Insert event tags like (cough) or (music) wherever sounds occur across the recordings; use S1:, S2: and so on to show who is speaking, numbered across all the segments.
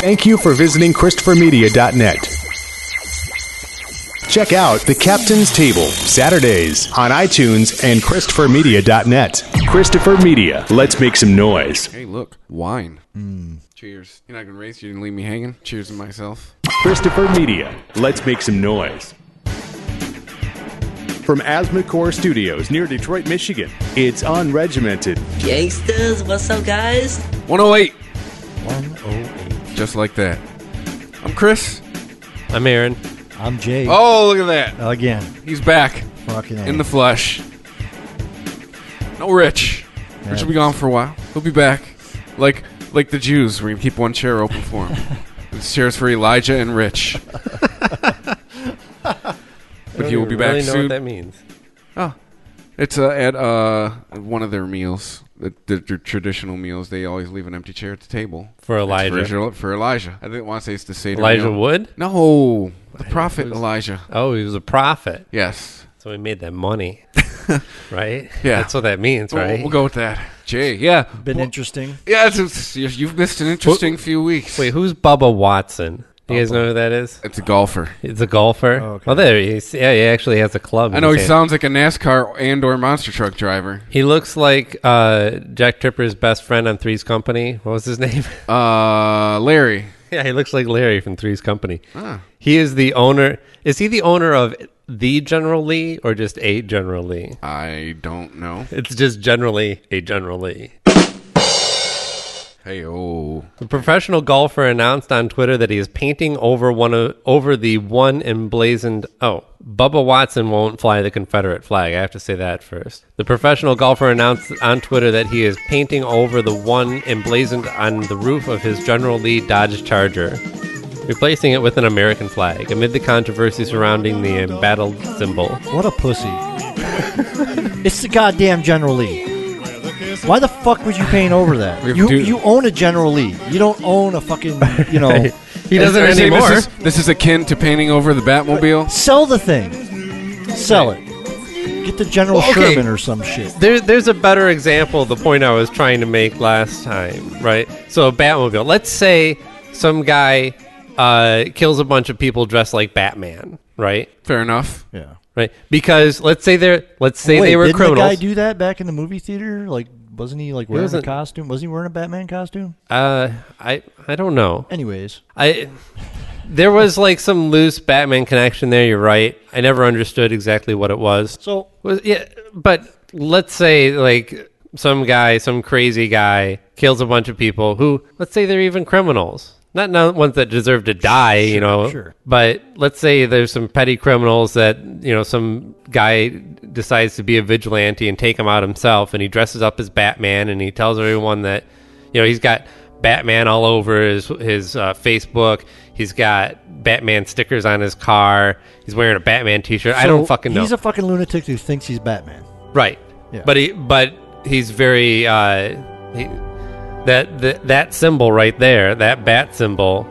S1: Thank you for visiting ChristopherMedia.net. Check out The Captain's Table, Saturdays, on iTunes and ChristopherMedia.net. Christopher Media, let's make some noise.
S2: Hey, look, wine.
S3: Hmm.
S2: Cheers. You're not gonna race. You didn't leave me hanging. Cheers to myself.
S1: Christopher Media, let's make some noise. From Asthmacore Studios near Detroit, Michigan, it's unregimented.
S4: Gangsters, what's up, guys?
S2: 108. 108. Just like that. I'm Chris.
S5: I'm Aaron.
S3: I'm Jay.
S2: Oh, look at that.
S3: Again,
S2: He's back
S3: fucking
S2: in the flesh. No Rich. Rich will be gone for a while. He'll be back. Like like the Jews, we're gonna keep one chair open for
S3: (laughs)
S2: him. It's chairs for Elijah and Rich. but he will be back
S5: really know
S2: soon.
S5: what that means.
S2: It's uh, at uh, one of their meals, the, the, their traditional meals. They always leave an empty chair at the table
S5: For Elijah.
S2: for Israel- for Elijah. I didn't want to say it's the Seder.
S5: Elijah
S2: meal.
S5: Wood?
S2: No, the prophet Elijah.
S5: Oh, he was a prophet.
S2: Yes,
S5: So he made
S2: (laughs)
S5: that money. right?
S2: Yeah.
S5: That's what that means,
S2: We'll-
S5: right?
S2: We'll, go with that. Jay, yeah,
S3: been interesting.
S2: yeah. It's, it's, you- you've missed an interesting few weeks.
S5: Wait, who's Bubba Watson? Do you guys know who that is?
S2: it's a golfer.
S5: He's a golfer. Oh,
S3: okay.
S5: there he is. Yeah, he actually has a club.
S2: I
S5: in
S2: know he
S5: his hand.
S2: sounds like a NASCAR and/or monster truck driver.
S5: He looks like uh, Jack Tripper's best friend on Three's Company. What was his (laughs) name?
S2: Uh, Larry.
S5: yeah, he looks like Larry from Three's Company.
S2: Ah.
S5: He is the owner. Is he the owner of the General Lee or just a General Lee?
S2: I don't know.
S5: It's just generally a General Lee.
S2: Hey, oh,
S5: The professional golfer announced on Twitter that he is painting over one of, over the one emblazoned. Oh, Bubba Watson won't fly the Confederate flag. I have to say that first. The professional golfer announced on Twitter that he is painting over the one emblazoned on the roof of his General Lee Dodge Charger, replacing it with an American flag amid the controversy surrounding the embattled symbol. (laughs)
S3: What a pussy. (laughs) it's the goddamn General Lee. Why the fuck would you paint over
S2: We
S3: that?
S2: have
S3: You,
S2: to-
S3: you own a General Lee. You don't own a fucking, you
S5: (laughs)
S3: know.
S5: He doesn't
S2: Are you saying
S5: anymore.
S2: This is, this is akin to painting over the Batmobile.
S3: Sell the thing. Sell it. Get the General
S5: Well, okay.
S3: Sherman or some shit.
S5: There, there's a better example of the point I was trying to make last time, right? So, a Batmobile. Let's say some guy uh, kills a bunch of people dressed like Batman, right?
S2: Fair enough.
S3: Yeah.
S5: Right? Because let's say they're let's say
S3: Wait,
S5: they were
S3: didn't the guy
S5: criminals.
S3: do that back in the movie theater? Like, wasn't he like wearing
S5: wasn't-
S3: a costume? Wasn't he wearing a Batman costume?
S5: uh, I I don't know.
S3: Anyways,
S5: I there was like some loose Batman connection there. You're right. I never understood exactly what it was.
S3: so
S5: Was yeah, but let's say like some guy, some crazy guy, kills a bunch of people who, let's say they're even criminals, not not ones that deserve to die, you know.
S3: sure.
S5: But let's say there's some petty criminals that you know some guy decides to be a vigilante and take them out himself, and he dresses up as Batman and he tells everyone that you know he's got Batman all over his his uh, Facebook. He's got Batman stickers on his car. He's wearing a Batman T-shirt. I
S3: so
S5: don't fucking know.
S3: He's a fucking lunatic who thinks he's Batman.
S5: Right.
S3: Yeah.
S5: But he, but he's very uh, he, that th- that symbol right there, that bat symbol,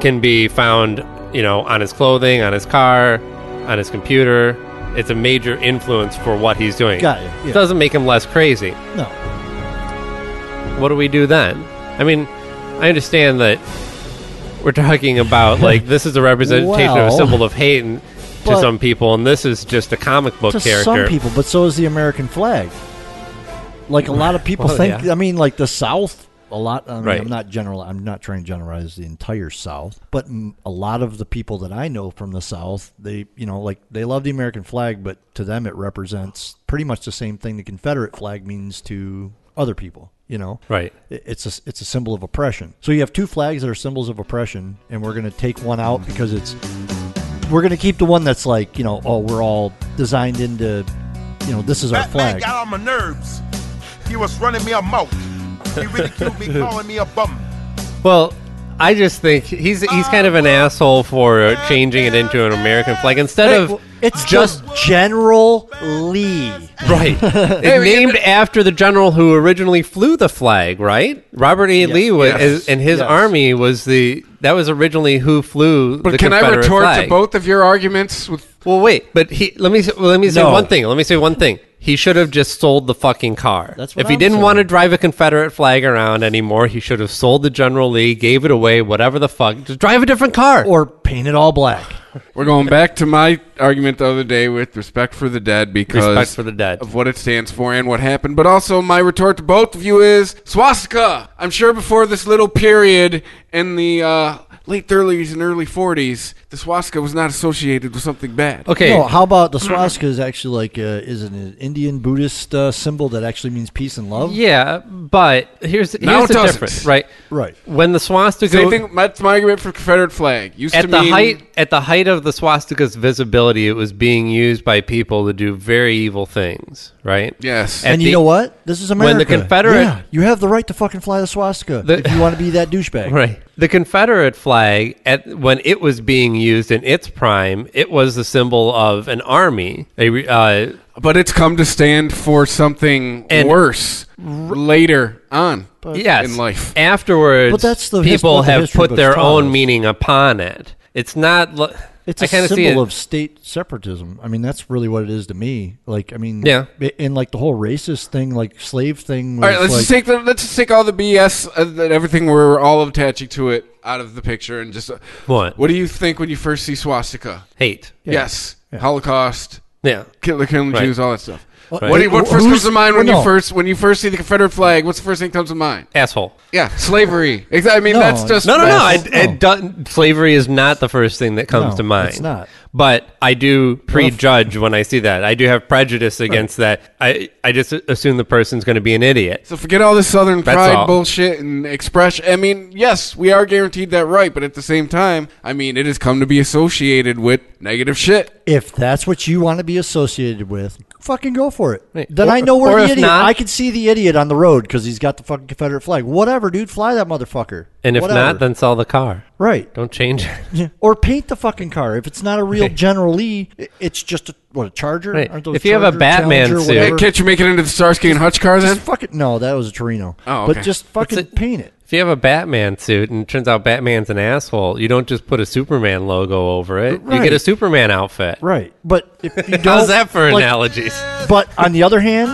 S5: can be found, you know, on his clothing, on his car, on his computer. It's a major influence for what he's doing.
S3: Got you, yeah.
S5: Doesn't make him less crazy.
S3: No,
S5: What do we do then? I mean, I understand that we're talking
S3: (laughs)
S5: about like this is a representation of a
S3: Well,
S5: symbol of hate and, to
S3: but-
S5: some people, and this is just a comic book
S3: to
S5: character.
S3: some people, but so is the American flag. Like a lot of people
S5: Well,
S3: think.
S5: yeah.
S3: I mean, like the South. A lot. I mean,
S5: Right.
S3: I'm not general. I'm not trying to generalize the entire South, but m- a lot of the people that I know from the South, they, you know, like they love the American flag, but to them it represents pretty much the same thing the Confederate flag means to other people. You know,
S5: Right.
S3: I- It's a it's a symbol of oppression. So you have two flags that are symbols of oppression, and we're gonna take one out because it's we're gonna keep the one that's like you know oh we're all designed into you know this is our
S6: Batman
S3: flag.
S6: got on my nerves. He was running me a mouth. He ridiculed me, calling me a bum.
S5: Well, I just think he's he's kind of an asshole for uh, changing it into an American flag instead
S3: Hey,
S5: of
S3: well, it's
S5: just
S3: just General
S5: (laughs)
S3: Lee. (laughs)
S5: right. It's named after the general who originally flew the flag, right? Robert E. Lee was,
S2: Yes.
S5: and his
S3: Yes.
S5: army was the that was originally who flew.
S2: But
S5: the
S2: can I
S5: Confederate
S2: retort
S5: flag.
S2: to both of your arguments with
S5: Well, wait, but he let me s- well, let me say
S3: No.
S5: one thing. Let me say one thing. He should have just sold the fucking car.
S3: That's what
S5: if he
S3: I'm
S5: didn't
S3: saying.
S5: want to drive a Confederate flag around anymore, he should have sold the General Lee, gave it away, whatever the fuck. Just drive a different car.
S3: or paint it all black.
S2: We're going back to my argument the other day with respect for the dead because
S5: Respect for the dead.
S2: of what it stands for and what happened. But also, my retort to both of you is swastika. I'm sure before this little period in the uh, late 30s and early 40s, the swastika was not associated with something bad.
S5: okay.
S3: No, how about the swastika is actually like uh, is it an Indian Buddhist uh, symbol that actually means peace and love?
S5: yeah, but here's, here's
S2: Now it
S5: the
S2: doesn't.
S5: difference, right?
S3: Right.
S5: When the swastika
S2: Same thing. That's my argument for Confederate flag. Used to
S5: at the
S2: mean-
S5: height at the height of the swastika's visibility, it was being used by people to do very evil things, right?
S2: Yes.
S5: At
S3: and you
S5: the-
S3: know what? This is
S5: when
S3: America.
S5: the Confederate-
S3: yeah, you have the right to fucking fly the swastika
S5: The-
S3: if you want to be that
S5: (laughs)
S3: douchebag.
S5: Right. The Confederate flag, at, when it was being used in its prime, it was the symbol of an army. A, re- uh,
S2: But it's come to stand for something
S5: And-
S2: worse later on
S5: yes.
S2: in life.
S5: Afterwards,
S3: But that's the his-
S5: people
S3: what the
S5: have
S3: history
S5: put
S3: books
S5: their
S3: taught
S5: own
S3: us.
S5: meaning upon it. It's not. lo-
S3: It's
S5: I
S3: a
S5: kinda
S3: symbol
S5: see it-
S3: of state separatism. I mean, that's really what it is to me. Like, I mean,
S5: Yeah.
S3: i- and like the whole racist thing, like slave thing.
S2: All
S3: Was
S2: right, let's
S3: like,
S2: just take the, let's just take all the BS uh, that everything we're all attaching to it out of the picture and just uh,
S5: What?
S2: What do you think when you first see swastika?
S5: hate.
S2: Yes, Holocaust,
S5: Yeah.
S2: kill- killing
S5: Right.
S2: Jews, all that stuff.
S3: Right.
S2: What, do you, what
S3: Wh-
S2: first comes
S3: who's-
S2: to mind when
S3: well,
S2: you
S3: no.
S2: first when you first see the Confederate flag? What's the first thing that comes to mind?
S5: Asshole.
S2: Yeah, slavery. Ex- I mean,
S3: No,
S2: that's just
S5: No, no, no.
S3: Well,
S5: It, it doesn't, slavery is not the first thing that comes
S3: No,
S5: to mind.
S3: it's not.
S5: But I do prejudge when I see that. I do have prejudice against that. I, I just assume the person's going to be an idiot.
S2: So forget all this Southern
S5: That's
S2: pride
S5: all.
S2: bullshit and expression. I mean, yes, we are guaranteed that right, but at the same time, I mean, it has come to be associated with negative shit.
S3: If that's what you want to be associated with, fucking go for it.
S5: Right.
S3: Then
S5: Or-
S3: I know
S5: or
S3: we're the
S5: if
S3: idiot.
S5: not-
S3: I can see the idiot on the road because he's got the fucking Confederate flag. Whatever, dude, fly that motherfucker.
S5: And if
S3: Whatever.
S5: not, then sell the car.
S3: right.
S5: Don't change it. (laughs)
S3: (laughs) Or paint the fucking car. If it's not a real
S5: Okay.
S3: General Lee, i- it's just a what a Charger.
S5: Right.
S3: Aren't those
S5: If you have a
S3: Charger,
S5: Batman
S3: Challenger,
S5: suit-
S2: Hey,
S3: whatever?
S2: can't you make it into the Starsky and Hutch car then?
S3: just fucking no, that was a Torino.
S2: Oh, okay.
S3: but just fucking
S5: it-
S3: paint it.
S5: If you have a Batman suit and it turns out Batman's an asshole, you don't just put a Superman logo over it. You get a
S3: Right.
S5: Superman outfit.
S3: Right. But if you
S5: (laughs)
S3: don't,
S5: How's that for
S3: like,
S5: analogies?
S3: But on the other hand,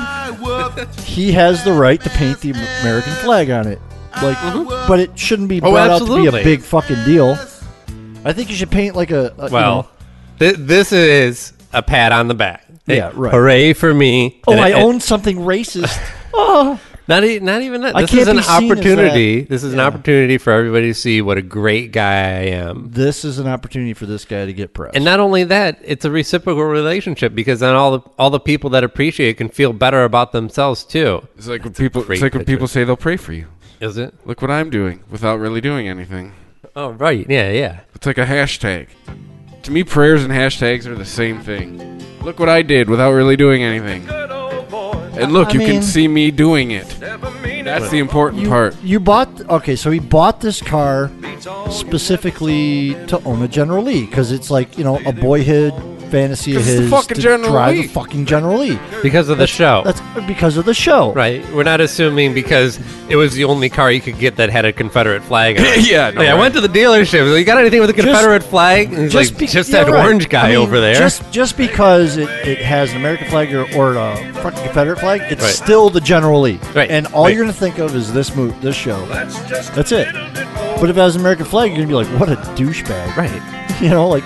S3: he has the right to paint the American flag on it. Like, but it shouldn't be brought out to be a
S5: Mm-hmm. Oh, absolutely.
S3: big fucking deal. I think you should paint like a, a you know-
S5: Well, thi- this is a pat on the back.
S3: Yeah, right.
S5: Hooray for me.
S3: oh,
S5: And
S3: I
S5: it-
S3: own something racist. (laughs)
S5: Not, e- not even that.
S3: I
S5: This
S3: can't
S5: is an
S3: be seen as
S5: opportunity. This is an
S3: Yeah.
S5: opportunity for everybody to see what a great guy I am.
S3: this is an opportunity for this guy to get pressed.
S5: And not only that, it's a reciprocal relationship because then all the all the people that appreciate it can feel better about themselves too.
S2: It's like when people.
S5: great
S2: It's like when
S5: picture.
S2: people say they'll pray for you.
S5: Is it?
S2: Look what I'm doing without really doing anything.
S5: Oh right, yeah, yeah.
S2: It's like a hashtag. To me, prayers and hashtags are the same thing. Look what I did without really doing anything. And look,
S3: I
S2: you can
S3: mean-
S2: see me doing it. That's the important
S3: you,
S2: part.
S3: you bought okay, so he bought this car specifically to own a General Lee because it's like you know a boyhood fantasy of
S2: 'Cause it's the
S3: his
S2: fucking
S3: to
S2: General
S3: drive
S2: Lee.
S3: the fucking General Lee.
S5: Because of the show,
S3: That's because of the show,
S5: right? We're not assuming because it was the only car you could get that had a Confederate flag. on (laughs) it.
S2: Yeah, no,
S5: Hey, I
S2: right.
S5: went to the dealership. I was like, You got anything with a Confederate flag? And he's just like,
S3: be-
S5: just
S3: yeah,
S5: that
S3: right.
S5: orange guy
S3: I mean,
S5: over there.
S3: Just just because it, it has an American flag or, or a fucking Confederate flag, it's
S5: Right.
S3: still the General Lee.
S5: Right.
S3: And all
S5: Right.
S3: you're gonna think of is this move, this show. That's it. But if it has an American flag, you're gonna be like, what a douchebag.
S5: right.
S3: (laughs) You know, like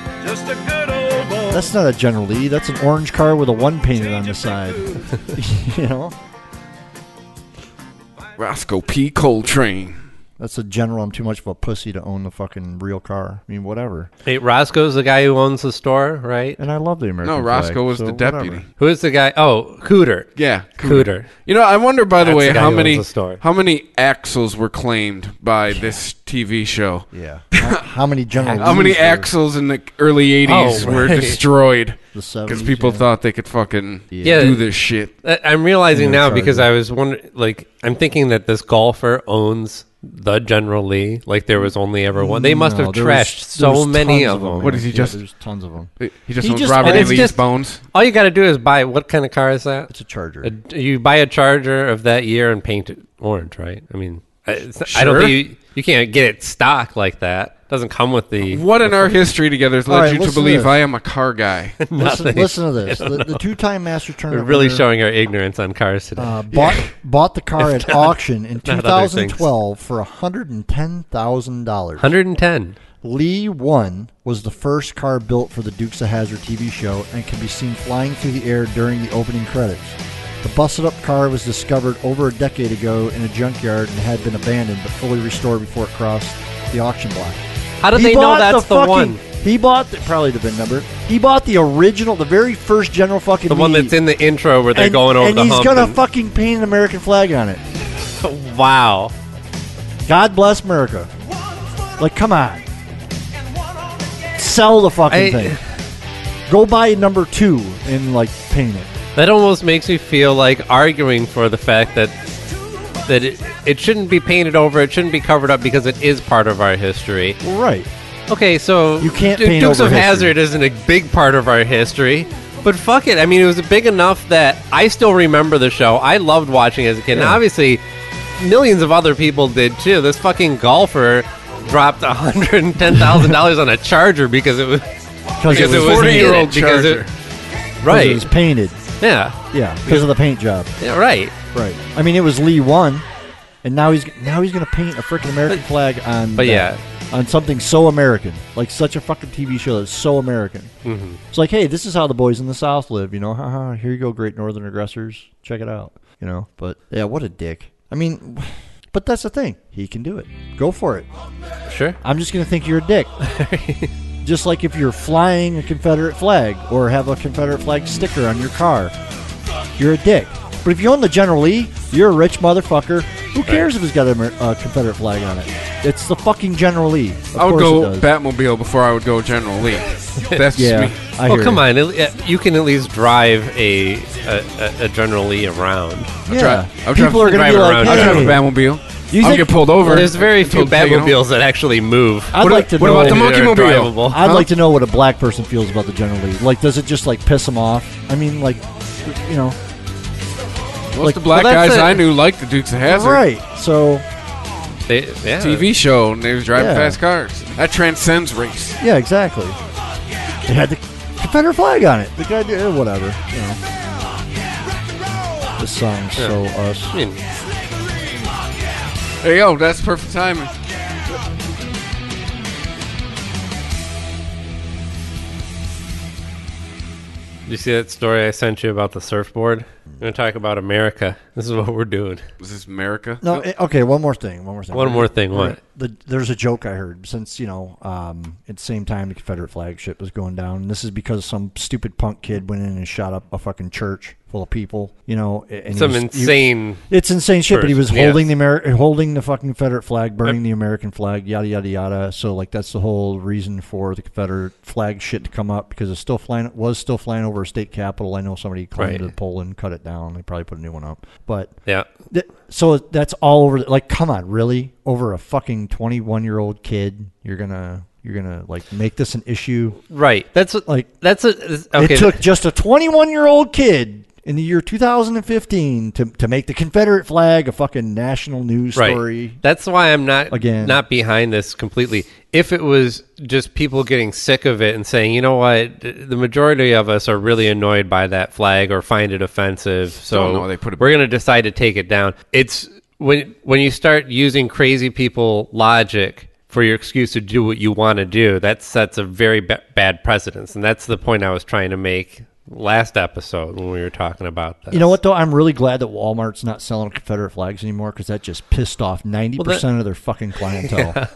S3: that's not a General Lee. That's an orange car with a one painted on the side. (laughs) you know,
S2: Roscoe P. Coltrane.
S3: that's a General. I'm too much of a pussy to own the fucking real car. I mean, whatever.
S5: Hey, Roscoe's the guy who owns the store, right?
S3: And I love the American.
S2: No,
S3: flag,
S2: Roscoe was
S3: so
S2: the deputy.
S3: whatever.
S5: Who is the guy? Oh, Cooter.
S2: Yeah,
S5: Cooter.
S2: You know, I wonder by the
S5: That's
S2: way
S5: the guy
S2: how
S5: who
S2: many
S5: owns the store.
S2: how many axles were claimed by this TV show.
S3: Yeah. How,
S5: (laughs)
S3: how many General?
S2: How many
S3: Lees were-
S2: axles in the early '80s
S5: Oh,
S2: were
S5: right.
S2: destroyed
S3: The
S2: because
S3: 70s,
S2: people
S3: yeah.
S2: thought they could fucking
S5: Yeah.
S2: do this shit?
S5: I- I'm realizing
S3: And a
S5: now because
S3: Charger.
S5: I was wondering, like, I'm thinking that this golfer owns the General Lee. Like, there was only ever one. They must
S3: No,
S5: have
S3: there was-
S5: trashed
S3: there
S5: so
S3: was
S5: many
S3: tons
S5: of them.
S2: What is he
S3: Yeah,
S2: just-
S3: There's tons of them.
S2: He just
S3: He
S2: owns
S3: just-
S2: Robert
S3: and
S2: E.
S3: it's
S2: Lee's
S5: just-
S2: bones.
S5: All you got to do is buy what kind of car is that?
S3: It's a Charger.
S5: A- you buy a Charger of that year and paint it orange, right? I mean, I- it's- I don't
S2: Sure.
S5: think you, you can't get it stock like that. Doesn't come with the.
S2: What in our history together has led
S3: All right,
S2: you to
S3: listen to
S2: believe
S3: this.
S2: I am a car
S3: (laughs)
S2: guy?
S3: Listen, listen
S5: (laughs)
S3: to this. The, the two-time Master
S5: We're
S3: Tournament
S5: really
S3: winner,
S5: showing our ignorance on cars today.
S3: uh,
S5: (laughs)
S3: bought bought the car at auction in
S5: not other things.
S3: 2012 for 110,000 dollars.
S5: 110.
S3: Lee One was the first car built for the Dukes of Hazard TV show and can be seen flying through the air during the opening credits. The busted up car was discovered over a decade ago in a junkyard and had been abandoned but fully restored before it crossed the auction block.
S5: How did
S3: He
S5: they know
S3: bought
S5: that's the,
S3: fucking-
S5: one?
S3: He bought the, probably the VIN number. He bought the original, the very first General fucking.
S5: The one that's in the intro where they're
S3: and,
S5: going over
S3: and
S5: the
S3: he's
S5: hump.
S3: gonna fucking paint an American flag on it.
S5: and- wow.
S3: God bless America. Like, come on. Sell the fucking
S5: I-
S3: thing. Go buy number two and like paint it.
S5: That almost makes me feel like arguing for the fact that that it, it shouldn't be painted over, it shouldn't be covered up because it is part of our history.
S3: Well, right.
S5: Okay, so
S3: You can't
S5: Du-
S3: paint
S5: Dukes
S3: over
S5: of
S3: history.
S5: Hazard isn't a big part of our history, but fuck it. I mean, it was big enough that I still remember the show. I loved watching it as a kid. And
S3: Yeah.
S5: obviously, millions of other people did too. This fucking golfer dropped one hundred and ten thousand dollars on a Charger because it was
S3: Because
S5: because
S3: it was,
S5: in
S3: painted.
S2: year old
S5: it, because it-
S2: Charger.
S3: Because it
S5: right?
S3: was painted.
S5: Yeah,
S3: Yeah, because of the paint job.
S5: yeah, right.
S3: Right. I mean, it was Lee one, and now he's now he's gonna paint a freaking American flag on.
S5: but
S3: that-
S5: yeah.
S3: on something so American, like such a fucking TV show that's so American. Mm-hmm. It's like, hey, this is how the boys in the South live. You know, haha. Here you go, great Northern aggressors. Check it out. You know, but yeah, what a dick. I mean, (sighs) but that's the thing. He can do it. Go for it.
S5: Sure.
S3: I'm just gonna think you're a dick.
S2: (laughs)
S3: just like if you're flying a Confederate flag or have a Confederate flag sticker on your car, you're a dick. But if you own the General Lee, you're a rich motherfucker. Who cares if it's got a Amer- uh, Confederate flag on it? It's the fucking General Lee. Of
S2: I would
S3: course
S2: go
S3: it does.
S2: Batmobile before I would go General
S3: (laughs)
S2: Lee. That's just
S3: yeah,
S2: me.
S3: I
S5: well,
S3: hear
S5: come
S3: you.
S5: on. It, you can at least drive a a, a, a General Lee around.
S3: Yeah,
S2: drive- I'll
S3: people
S2: drive-
S3: are gonna
S5: drive
S3: be like,
S5: around.
S3: hey,
S2: I'll drive a
S3: i
S2: Batmobile.
S3: You
S2: I'll
S3: think-
S2: get pulled over.
S5: There's very few
S2: Until taken home.
S5: Batmobiles that actually move.
S3: I'd
S2: What
S3: like to
S2: about- what
S3: know.
S2: about the
S5: They're
S2: monkey mobile?
S5: drivable.
S3: I'd like to know what a black person feels about the General Lee. Like, does it just like piss them off? I mean, like, you know,
S2: Most
S3: Like-
S2: of the black
S5: well, that's
S2: guys
S5: it.
S2: I knew liked the Dukes of Hazzard
S3: right? So
S5: They- yeah.
S2: TV show, and they was driving
S3: Yeah.
S2: fast cars. That transcends race.
S3: Yeah, exactly. It had the Confederate flag on it. The guy did eh, whatever. You know. This song's so
S5: I
S3: us.
S5: mean,
S2: There you go. That's perfect timing.
S5: you see that story I sent you about the surfboard? I'm going to talk about America. This is what we're doing.
S2: Was this America?
S3: No, eh, okay. One more thing. One more thing.
S5: One more thing. What?
S3: The, there's a joke I heard since you know um, at the same time the Confederate flag ship was going down. And this is because some stupid punk kid went in and shot up a fucking church full of people. You know, a- and he
S5: Some
S3: was- he-
S5: insane.
S3: It's insane shit, but he was
S5: Person,
S3: holding
S5: yes.
S3: the Ameri- holding the fucking Confederate flag, burning the American flag, yada yada yada. So like that's the whole reason for the Confederate flag shit to come up because it's still flying it was still flying over a state capitol. I know somebody claimed
S5: Right.
S3: to Poland, cut it down. They probably put a new one up, but
S5: Yeah.
S3: th- so that's all over. Like, come on, really? Over a fucking twenty one year old kid, you're gonna you're gonna like make this an issue?
S5: Right. That's what,
S3: Like-
S5: like. That's a. is- Okay.
S3: It took just a 21 year old kid in the year 2015 to, to make the Confederate flag a fucking national news
S5: right.
S3: story.
S5: That's why I'm not
S3: Again.
S5: not behind this completely. If it was just people getting sick of it and saying, you know what, th- the majority of us are really annoyed by that flag or find it offensive, so
S2: Don't know, they put it-
S5: we're going to decide to take it down. It's when when you start using crazy people logic for your excuse to do what you want to do, that sets a very ba- bad precedence, and that's the point I was trying to make last episode when we were talking about that.
S3: You know what, though? I'm really glad that Walmart's not selling Confederate flags anymore because that just pissed off 90% of their
S5: (laughs)
S3: fucking clientele.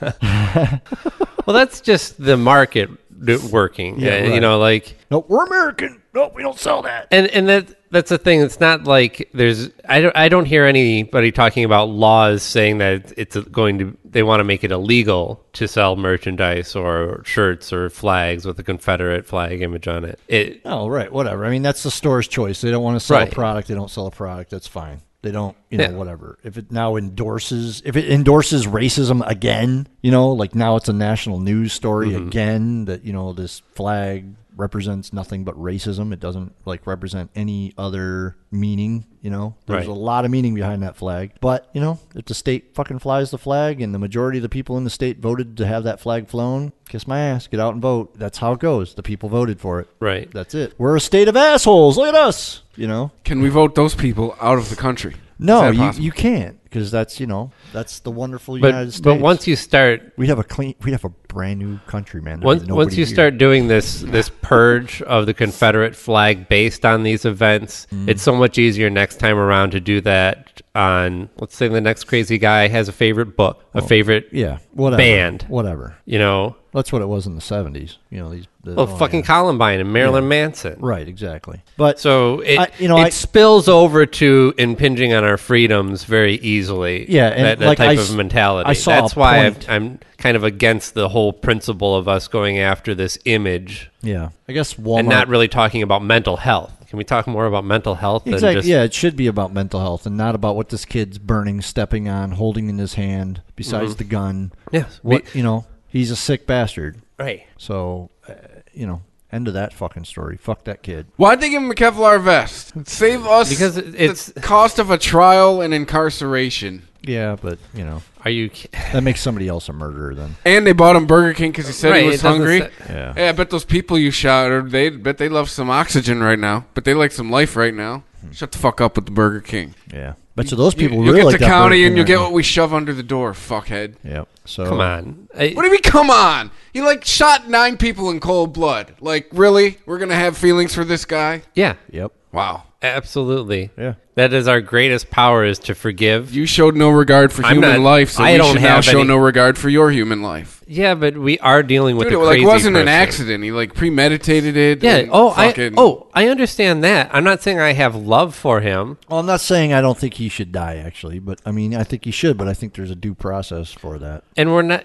S5: Well, that's just the market d- working.
S3: Yeah,
S5: Yeah,
S3: right.
S5: you know, like
S3: No, we're American. No, we don't sell that.
S5: and and that that's the thing. It's not like there's I don't I don't hear anybody talking about laws saying that it's going to they want to make it illegal to sell merchandise or shirts or flags with a Confederate flag image on it. It
S3: Oh, right. Whatever. I mean, that's the store's choice. They don't want to sell a
S5: Right.
S3: product. They don't sell a product. That's fine. They don't, you know,
S5: Yeah.
S3: whatever. If it now endorses, if it endorses racism
S5: Mm-hmm.
S3: again, you know, like now it's a national news story again that, you know, this flag represents nothing but racism. It doesn't like represent any other meaning. You know, there's
S5: Right.
S3: a lot of meaning behind that flag. But you know, if the state fucking flies the flag and the majority of the people in the state voted to have that flag flown, kiss my ass, get out and vote. That's how it goes. The people voted for it.
S5: Right.
S3: That's it. We're a state of assholes. Look at us. You know.
S2: Can we vote those people out of the country?
S3: No,
S2: Is that
S3: you,
S2: possible?
S3: you can't because that's you know that's the wonderful United
S5: But
S3: States.
S5: but once you start
S3: we'd have a clean, we'd have a brand new country, man. There'd
S5: Once,
S3: be
S5: once
S3: nobody
S5: you
S3: here.
S5: start doing this this purge of the Confederate flag based on these events,
S3: Mm.
S5: it's so much easier next time around to do that on let's say the next crazy guy has a favorite book, a favorite
S3: Oh. yeah, whatever,
S5: band.
S3: whatever.
S5: You know,
S3: That's what it was in the seventies. You know these. The,
S5: well,
S3: oh,
S5: fucking
S3: yeah.
S5: Columbine and Marilyn Manson.
S3: right, exactly. But
S5: So it
S3: I- you know,
S5: it
S3: I-
S5: spills over to impinging on our freedoms very easily.
S3: Yeah, and
S5: that, that
S3: like I
S5: type
S3: s-
S5: of mentality.
S3: I saw
S5: That's
S3: a
S5: why I'm,
S3: point.
S5: I'm kind of against the whole principle of us going after this image
S3: yeah, I guess Walmart.
S5: and not really talking about mental health. Can we talk more about mental health? than
S3: Exactly.
S5: just-
S3: yeah, it should be about mental health and not about what this kid's burning, stepping on, holding in his hand. Besides the gun,
S5: Mm-hmm. Yes, we-
S3: What you know, he's a sick bastard.
S5: Right.
S3: So, uh, you know, end of that fucking story. Fuck that kid.
S2: Why'd they give him a Kevlar vest? Save us
S5: Because it- it's-
S2: the cost of a trial and incarceration.
S3: Yeah, but you know.
S5: Are you? ki-
S3: That makes somebody else a murderer then.
S2: And they bought him Burger King because he said
S5: Right,
S2: he
S5: it
S2: was
S5: doesn't
S2: hungry.
S5: say-
S3: Yeah.
S2: Hey, I bet those people you shot, or they bet they love some oxygen right now. But they like some life right now. Shut the fuck up with the Burger King.
S3: Yeah. But so those
S2: (laughs)
S3: people
S2: you,
S3: really
S2: will
S3: like
S2: get to
S3: that
S2: county
S3: Burger
S2: and
S3: King
S2: you'll get
S3: right
S2: what we shove under the door, fuckhead.
S3: now. Yep. So
S5: Come on. I-
S2: What do you mean? Come on! He like shot nine people in cold blood. Like really? We're gonna have feelings for this guy?
S5: yeah.
S3: Yep.
S2: Wow!
S5: Absolutely.
S3: Yeah.
S5: That is our greatest power is to forgive.
S2: You showed no regard for
S5: I'm
S2: human
S5: not-
S2: life, so
S5: I
S2: we
S5: don't
S2: should now
S5: have
S2: show
S5: any-
S2: no regard for your human life.
S5: yeah, but we are dealing with
S2: Dude, it
S5: a
S2: like
S5: crazy
S2: wasn't an
S5: person.
S2: accident. He like premeditated it.
S5: Yeah.
S2: and
S5: Oh, I.
S2: fucking-
S5: Oh, I understand that. I'm not saying I have love for him.
S3: Well, I'm not saying I don't think he should die actually, but I mean I think he should, but I think there's a due process for that.
S5: and we're not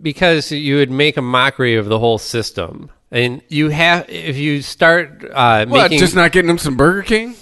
S5: because you would make a mockery of the whole system and you have if you start uh,
S2: what?
S5: making
S2: Just not getting him some Burger King?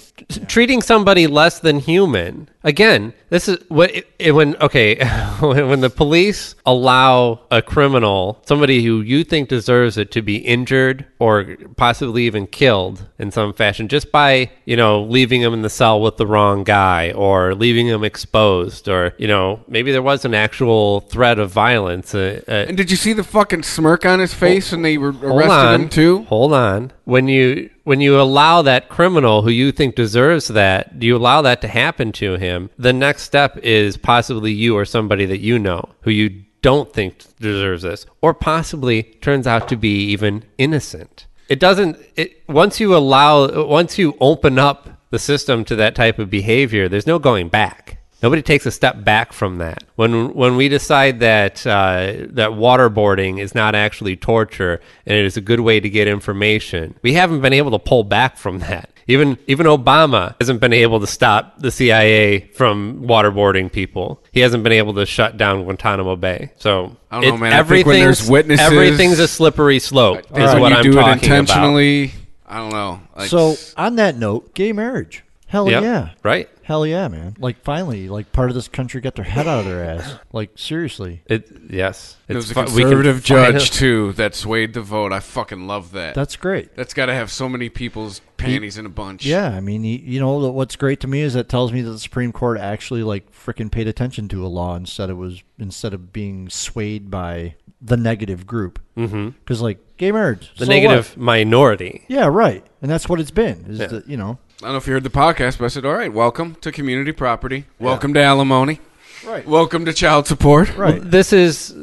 S5: treating somebody less than human again this is what it, it- when okay (laughs) when, when the police allow a criminal somebody who you think deserves it to be injured or possibly even killed in some fashion just by you know leaving him in the cell with the wrong guy or leaving him exposed or you know maybe there was an actual threat of violence uh, uh,
S2: And did you see the fucking smirk on his face when they were arrested him too?
S5: Hold on. When you when you allow that criminal who you think deserves that, you allow that to happen to him, the next step is possibly you or somebody that you know who you don't think deserves this or possibly turns out to be even innocent. It doesn't it once you allow once you open up the system to that type of behavior, there's no going back. Nobody takes a step back from that. When when we decide that uh, that waterboarding is not actually torture and it is a good way to get information, we haven't been able to pull back from that. Even even Obama hasn't been able to stop the CIA from waterboarding people. He hasn't been able to shut down Guantanamo Bay. So
S2: I don't know,
S5: it's-
S2: man. I think when there's
S5: everything's-
S2: witnesses-
S5: everything's a slippery slope. Is
S2: When
S5: what
S2: you
S5: I'm
S2: do
S5: talking
S2: it intentionally. I don't know. Like,
S3: so on that note, gay marriage. Hell
S5: Yep.
S3: Oh, yeah.
S5: Right.
S3: Hell yeah, man. Like finally, like part of this country got their head out of their ass. Like seriously.
S5: about. It, yes,
S2: It was a
S5: fu- we can
S2: conservative judge
S5: find-
S2: too that swayed the vote. I fucking love that.
S3: That's great.
S2: That's got to have so many people's panties in a bunch.
S3: Yeah, I mean, y- you know, what's great to me is that tells me that the Supreme Court actually like freaking paid attention to a law instead of was instead of being swayed by the negative group. Because mm-hmm. like gay marriage,
S5: the
S3: so
S5: negative
S3: what?
S5: minority.
S3: Yeah, right. And that's what it's been. Is the, you know,
S2: I don't know if you heard the podcast, but I said, "All right, welcome to community property. Welcome to alimony.
S3: Right.
S2: Welcome to child support.
S3: right?
S5: This is,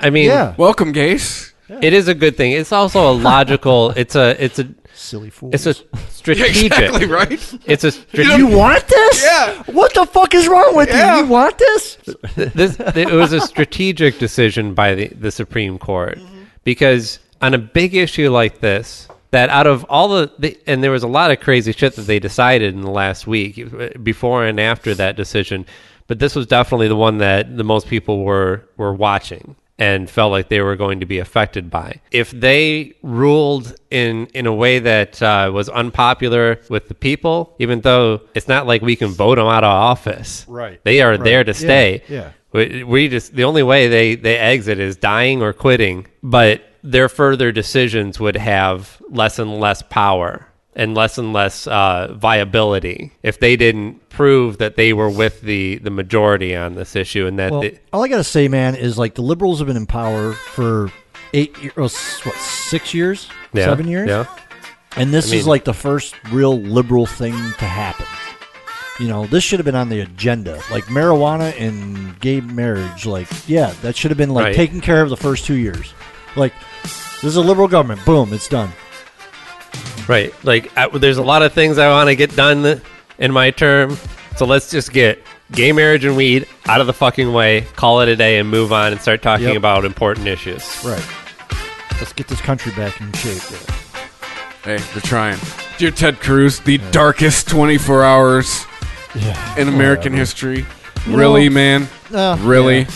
S5: I mean,
S3: Yeah.
S2: Welcome, gays."
S5: it is a good thing. It's also a logical. it's a it's a
S3: Silly fool. (laughs)
S5: it's a strategic.
S2: Exactly right.
S5: It's a
S3: you
S5: strategic.
S3: want this?
S2: Yeah.
S3: What the fuck is wrong with
S2: Yeah.
S3: you? You want this?
S5: this, it was a strategic decision by the, the Supreme Court
S3: Mm-hmm.
S5: because on a big issue like this, that out of all the, the and there was a lot of crazy shit that they decided in the last week, uh, before and after that decision, but this was definitely the one that the most people were were watching and felt like they were going to be affected by. If they ruled in in a way that uh, was unpopular with the people, even though it's not like we can vote them out of office,
S3: Right.
S5: They are there to
S3: Yeah,
S5: stay.
S3: yeah.
S5: We, we just the only way they they exit is dying or quitting. But their further decisions would have less and less power and less and less uh, viability if they didn't prove that they were with the, the majority on this issue and that
S3: Well,
S5: the-
S3: all I gotta say, man, is like the liberals have been in power for eight, year, oh, s- what, six years,
S5: yeah,
S3: seven years,
S5: yeah
S3: and this
S5: I
S3: is
S5: mean-
S3: like the first real liberal thing to happen. You know, this should have been on the agenda, like marijuana and gay marriage. Like, yeah, that should have been like
S5: Right.
S3: taken care of the first two years. Like, this is a liberal government. Boom, it's done.
S5: right like I, there's a lot of things i want to get done in my term so let's just get gay marriage and weed out of the fucking way call it a day and move on and start talking
S3: Yep.
S5: about important issues
S3: Right. Let's get this country back in shape.
S2: Hey, they're trying. Dear Ted Cruz, the darkest 24 hours
S3: Yeah.
S2: in American history.
S3: You
S2: really,
S3: know-
S2: man?
S3: Uh,
S2: Really?
S3: yeah.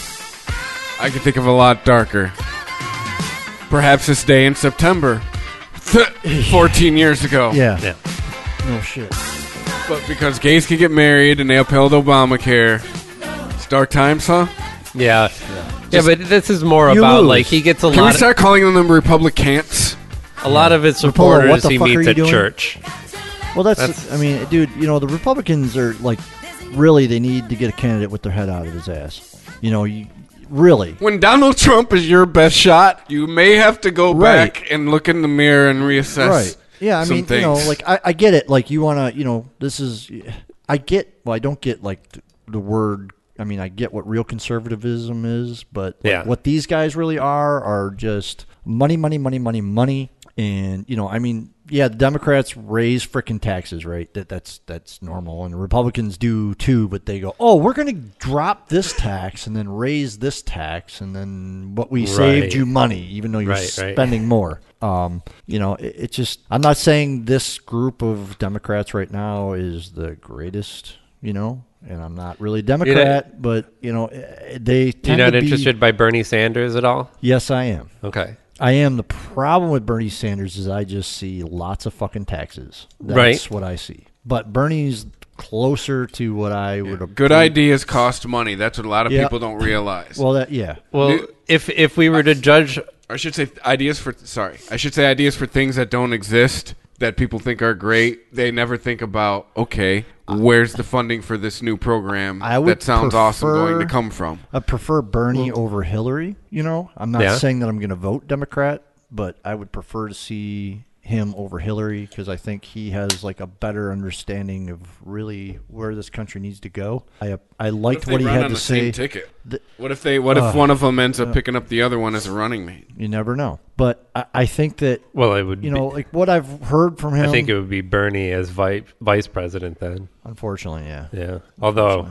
S2: I could think of a lot darker. Perhaps this day in September, 14 years ago.
S3: Yeah.
S5: yeah
S3: No shit.
S2: But because gays could get married and they upheld Obamacare, it's dark times, huh?
S5: yeah yeah, but this is more
S3: You
S5: about
S3: lose.
S5: like he gets a
S2: Can we
S5: lot of,
S2: start calling them the Republicans?
S5: a lot of his
S3: Rapolo,
S5: supporters
S3: what the
S5: he
S3: fuck are
S5: meets
S3: you
S5: at
S3: doing?
S5: church.
S3: Well, that's,
S5: That's-
S3: I mean, dude, you know, the Republicans are like, really, they need to get a candidate with their head out of his ass. You know, you really.
S2: When Donald Trump is your best shot, you may have to go
S3: Right.
S2: back and look in the mirror and reassess.
S3: Right. Yeah, I
S2: some
S3: mean,
S2: things.
S3: you know, like, I, I get it. Like, you want to, you know, this is, I get, well, I don't get, like, th- the word, I mean, I get what real conservatism is, but like,
S5: Yeah.
S3: what these guys really are are just money, money, money, money, money. And, you know, I mean, yeah, the Democrats raise frickin' taxes, right? That that's that's normal, and the Republicans do too. But they go, oh, we're going to
S5: (laughs)
S3: drop this tax and then raise this tax, and then what we
S5: Right.
S3: saved you money, even though you're
S5: Right, right.
S3: spending more. Um, you know, it, it just. I'm not saying this group of Democrats right now is the greatest. You know, and I'm not really a Democrat, but you know, eh, they
S5: You're
S3: tend
S5: not
S3: to
S5: interested by Bernie Sanders at all?
S3: Be, yes, I am.
S5: Okay.
S3: I am. The problem with Bernie Sanders is I just see lots of fucking taxes. That's
S5: Right.
S3: what I see. But Bernie's closer to what I would. have.
S2: Good ideas cost money. That's what a lot of
S3: Yeah.
S2: people don't realize.
S3: Well, that yeah.
S5: Well,
S2: New-
S5: if if we were to judge,
S2: I should say ideas for sorry. I should say ideas for things that don't exist that people think are great. They never think about okay, where's the funding for this new program
S3: I would
S2: that sounds awesome
S3: prefer-
S2: going to come from?
S3: I prefer Bernie over Hillary. You know, I'm not
S5: Yeah.
S3: saying that I'm going to vote Democrat, but I would prefer to see him over Hillary because I think he has like a better understanding of really where this country needs to go. I uh, I liked what,
S2: they
S3: he
S2: run
S3: had
S2: on
S3: to
S2: the
S3: say.
S2: same ticket?
S3: The-
S2: What if they? What if one of them ends up picking up the other one as a running mate?
S3: You never know, but I, I think that
S5: well, it would.
S3: you know, um, like what I've heard from
S5: be,
S3: him.
S5: I think it would be Bernie as vice vice president then.
S3: unfortunately, yeah.
S5: Yeah. Although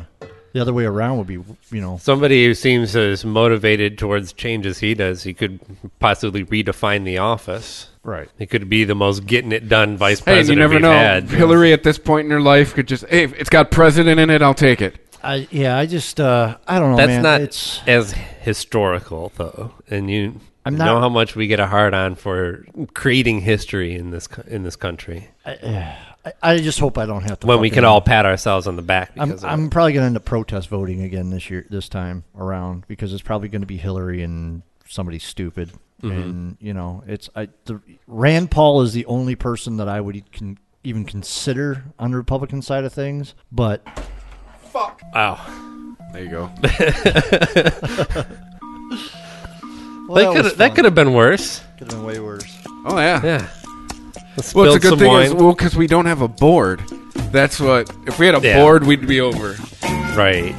S3: The other way around would be, you know,
S5: somebody who seems as motivated towards change as he does, he could possibly redefine the office.
S3: right.
S5: He could be the most getting it done vice
S2: Hey, and you
S5: president
S2: never
S5: we've
S2: know.
S5: had.
S2: Hillary at this point in her life could just hey, if it's got president in it. I'll take it.
S3: I yeah, I just uh I don't know,
S5: That's
S3: man.
S5: not
S3: it's
S5: as historical though, and you
S3: I'm
S5: know
S3: not-
S5: how much we get a hard on for creating history in this co- in this country.
S3: I, I just hope I don't have to
S5: when we
S3: fucking-
S5: can all pat ourselves on the back
S3: I'm,
S5: because of
S3: I'm probably going to end up protest voting again this year, this time around, because it's probably going to be Hillary and somebody stupid.
S5: Mm-hmm.
S3: And you know, it's I the Rand Paul is the only person that I would con, even consider on the Republican side of things. But
S5: it. Wow.
S2: There you go.
S3: well,
S5: that
S3: was
S5: could that
S3: fun.
S5: could have been worse.
S3: Could have been way worse.
S2: Oh yeah.
S5: Yeah. Let's
S2: Well, it's a
S5: build
S2: good
S5: some
S2: thing
S5: wine.
S2: is well because we don't have a board. That's what. If we had a
S5: Yeah.
S2: board, we'd be over.
S5: right.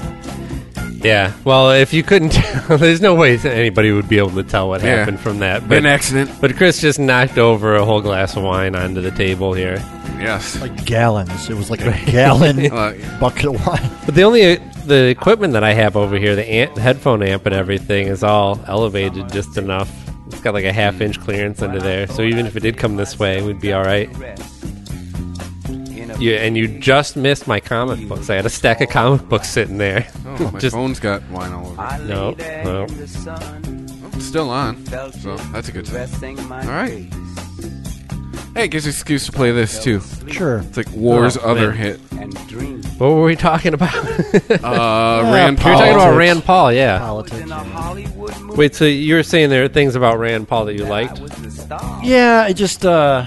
S5: Yeah. Well, if you couldn't (laughs) tell, there's no way that anybody would be able to tell what
S2: Yeah.
S5: happened from that.
S2: An
S5: But,
S2: accident.
S5: but Chris just knocked over a whole glass of wine onto the table here.
S2: Yes.
S3: (laughs) Like gallons, it was
S5: (laughs)
S3: like a gallon
S2: Uh,
S3: bucket of wine.
S5: But the only the equipment that I have over here, the amp, headphone amp and everything, is all elevated just enough. It's got like a half inch clearance under there, so even if it did come this way, we'd be all right. Yeah, and you just missed my comic books. I had a stack of comic books sitting there.
S2: oh, my
S5: just
S2: phone's got wine all over. it.
S5: no, no.
S2: It's still on. So that's a good sign.
S7: All
S2: All right. Hey, it gives you an excuse to play this too.
S3: Sure.
S2: It's like War's
S5: Oh,
S2: other
S5: man. (laughs)
S2: hit.
S7: and drink.
S5: What were we talking about? (laughs) we
S2: Uh,
S3: Yeah,
S2: Rand
S5: were
S2: Paul.
S5: talking about
S3: Politics.
S5: Rand Paul, yeah.
S3: Politics.
S7: In a Hollywood movie,
S5: Wait, so you were saying there are things about Rand Paul that you liked?
S7: I was the star.
S3: Yeah, I just uh,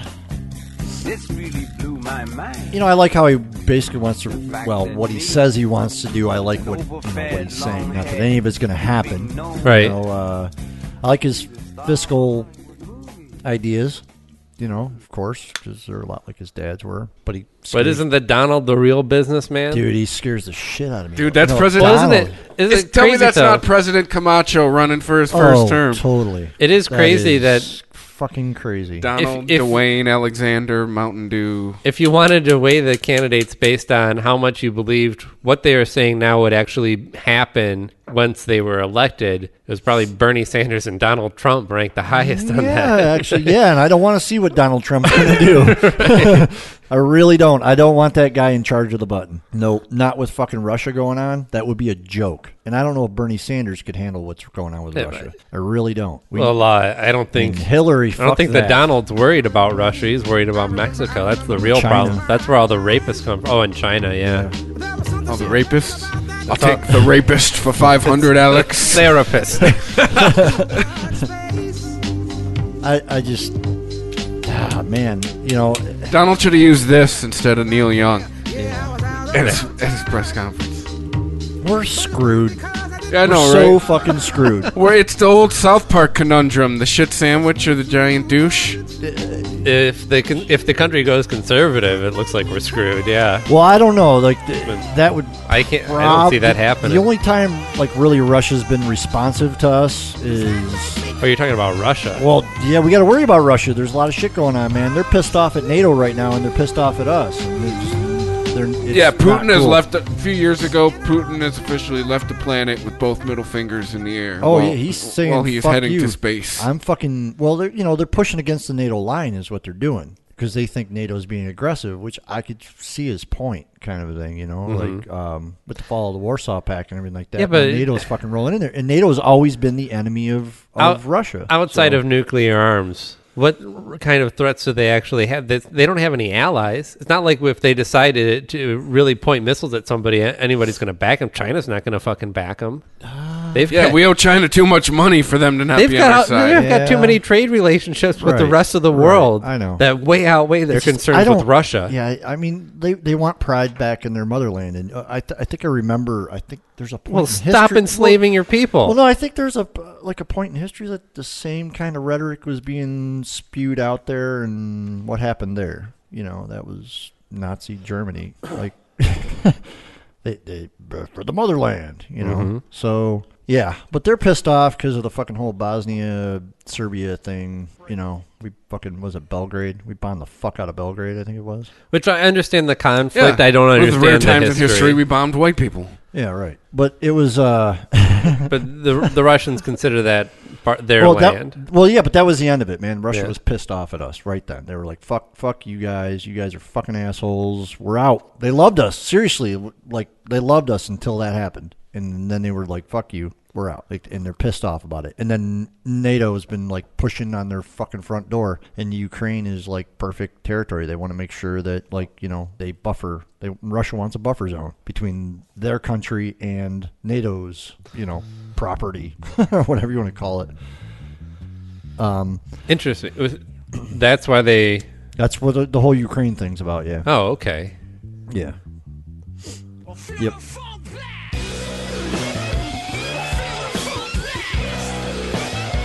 S7: This really blew my mind.
S3: you know, I like how he basically wants to. Well, what he says he wants to do, I like what, you know, what he's saying. Not that any of it's going to happen.
S5: Right.
S3: You know, uh, I like his fiscal ideas. You know, of course, because they're a lot like his dad's were. But he,
S5: But
S3: scares-
S5: isn't the Donald the real businessman?
S3: dude, he scares the shit out of me.
S2: Dude, that's
S5: Oh,
S3: No,
S2: President-
S5: Well, isn't it?
S3: Donald.
S5: Isn't
S2: It's-
S5: it
S2: tell me
S5: crazy,
S2: that's
S5: though?
S2: not President Camacho running for his first
S3: oh,
S2: term.
S3: Totally.
S5: It is crazy that,
S3: fucking crazy.
S2: Donald,
S5: if-
S2: Dwayne, Alexander, Mountain Dew.
S5: if you wanted to weigh the candidates based on how much you believed what they are saying now would actually happen once they were elected, it was probably Bernie Sanders and Donald Trump ranked the highest on
S3: yeah,
S5: that.
S3: actually,
S5: (laughs)
S3: yeah, and I don't want to see what Donald Trump's going to do. (laughs) I really don't. I don't want that guy in charge of the button. No, not with fucking Russia going on. That would be a joke. And I don't know if Bernie Sanders could handle what's going on with
S5: Yeah,
S3: Russia.
S5: right.
S3: I really don't.
S5: (laughs)
S3: We,
S5: Well, uh, I don't think
S3: Hillary.
S5: I don't think that
S3: that.
S5: Donald's worried about Russia. He's worried about Mexico. That's the real
S3: China.
S5: problem. That's where all the rapists come from. Oh, and China, yeah.
S2: Oh, the rapists. I'll take the rapist for five
S3: (laughs)
S2: hundred, Alex.
S5: Therapist.
S3: I, I just, ah, man, you know,
S2: Donald should have used this instead of Neil Young at his, at his press conference.
S3: we're screwed.
S2: Yeah, I
S3: We're
S2: know,
S3: so
S2: right?
S3: fucking screwed. (laughs)
S2: Where it's the old South Park conundrum: the shit sandwich or the giant douche.
S5: (laughs) if the con- if the country goes conservative, it looks like we're screwed. Yeah,
S3: well, I don't know. Like th- that would
S5: I can't. I don't see
S3: prob-
S5: that happening.
S3: The only time like really Russia's been responsive to us is
S5: oh, you're talking about Russia.
S3: Well, yeah, we got to worry about Russia. There's a lot of shit going on, man. They're pissed off at NATO right now, and they're pissed off at us. And they're just, they're, it's
S2: Yeah, Putin
S3: not
S2: has
S3: cool.
S2: left a few years ago. Putin has officially left the planet with both middle fingers in the air.
S3: Oh,
S2: while-
S3: yeah, he's saying,
S2: while he is
S3: "Fuck
S2: heading
S3: you."
S2: to space.
S3: I'm fucking. Well, they're you know they're pushing against the NATO line is what they're doing because they think NATO's being aggressive, which I could see his point, kind of a thing. You know, like um, with the fall of the Warsaw Pact and everything like that.
S5: Yeah, but-
S3: NATO's fucking rolling in there, and NATO's always been the enemy of of
S5: Out-
S3: Russia.
S5: outside
S3: so-
S5: of nuclear arms what r- kind of threats do they actually have they, they don't have any allies it's not like if they decided to really point missiles at somebody a- anybody's going to back them china's not going to fucking back them
S3: Ah.
S5: they've
S2: yeah,
S5: got,
S2: we owe China too much money for them to not
S5: They've
S2: be on our
S5: got,
S2: side.
S5: they've got too
S3: Yeah.
S5: many trade relationships with the
S3: Right,
S5: rest of the
S3: right.
S5: world
S3: I know.
S5: that way outweigh their
S3: It's just-
S5: concerns
S3: I
S5: with
S3: don't-
S5: Russia.
S3: Yeah, I- I mean, they, they want pride back in their motherland, and uh, I, th- I think I remember. I think there's a point.
S5: Well,
S3: in
S5: stop
S3: history-
S5: enslaving your people.
S3: Well, well, no, I think there's a like a point in history that the same kind of rhetoric was being spewed out there, and what happened there? You know, that was Nazi Germany, (coughs) like (laughs) they, they for the motherland. You know, so yeah, but they're pissed off because of the fucking whole Bosnia Serbia thing. You know, we fucking was it Belgrade? We bombed the fuck out of Belgrade, I think it was.
S5: Which I understand the
S2: Yeah.
S5: conflict. I don't
S2: One of
S5: understand
S2: the rare
S5: the
S2: times
S5: history.
S2: in history we bombed white people.
S3: Yeah, right. But it was uh
S5: but the the Russians consider that part their
S3: well,
S5: land.
S3: that, well, yeah, but that was the end of it, man. Russia
S5: Yeah.
S3: was pissed off at us right then. They were like, "Fuck, fuck you guys. You guys are fucking assholes. We're out." They loved us seriously. Like they loved us until that happened, and then they were like, "Fuck you. We're out." Like, and they're pissed off about it. And then NATO has been like pushing on their fucking front door, and Ukraine is like perfect territory. They want to make sure that like you know they buffer. They Russia wants a buffer zone between their country and NATO's you know property, (laughs) whatever you want to call it. Um,
S5: Interesting. It was- That's why they.
S3: That's what the, the whole Ukraine thing's about, yeah.
S5: Oh, okay.
S3: Yeah. Yep.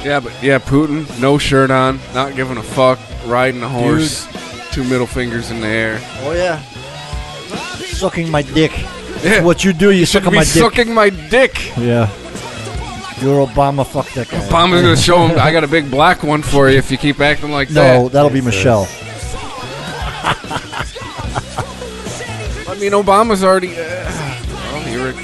S2: Yeah, but yeah, Putin, no shirt on, not giving a fuck, riding a horse, two middle fingers in the air.
S3: Oh yeah. Sucking my dick.
S2: Yeah.
S3: What you do, you suck
S2: Should
S3: on
S2: be
S3: my dick.
S2: sucking my dick.
S3: Yeah. You're Obama, fuck that guy.
S2: Obama's gonna show him. I got a big black one for you if you keep acting like
S3: No,
S2: that.
S3: that'll be Michelle.
S2: I mean, Obama's already. Uh, well, here it,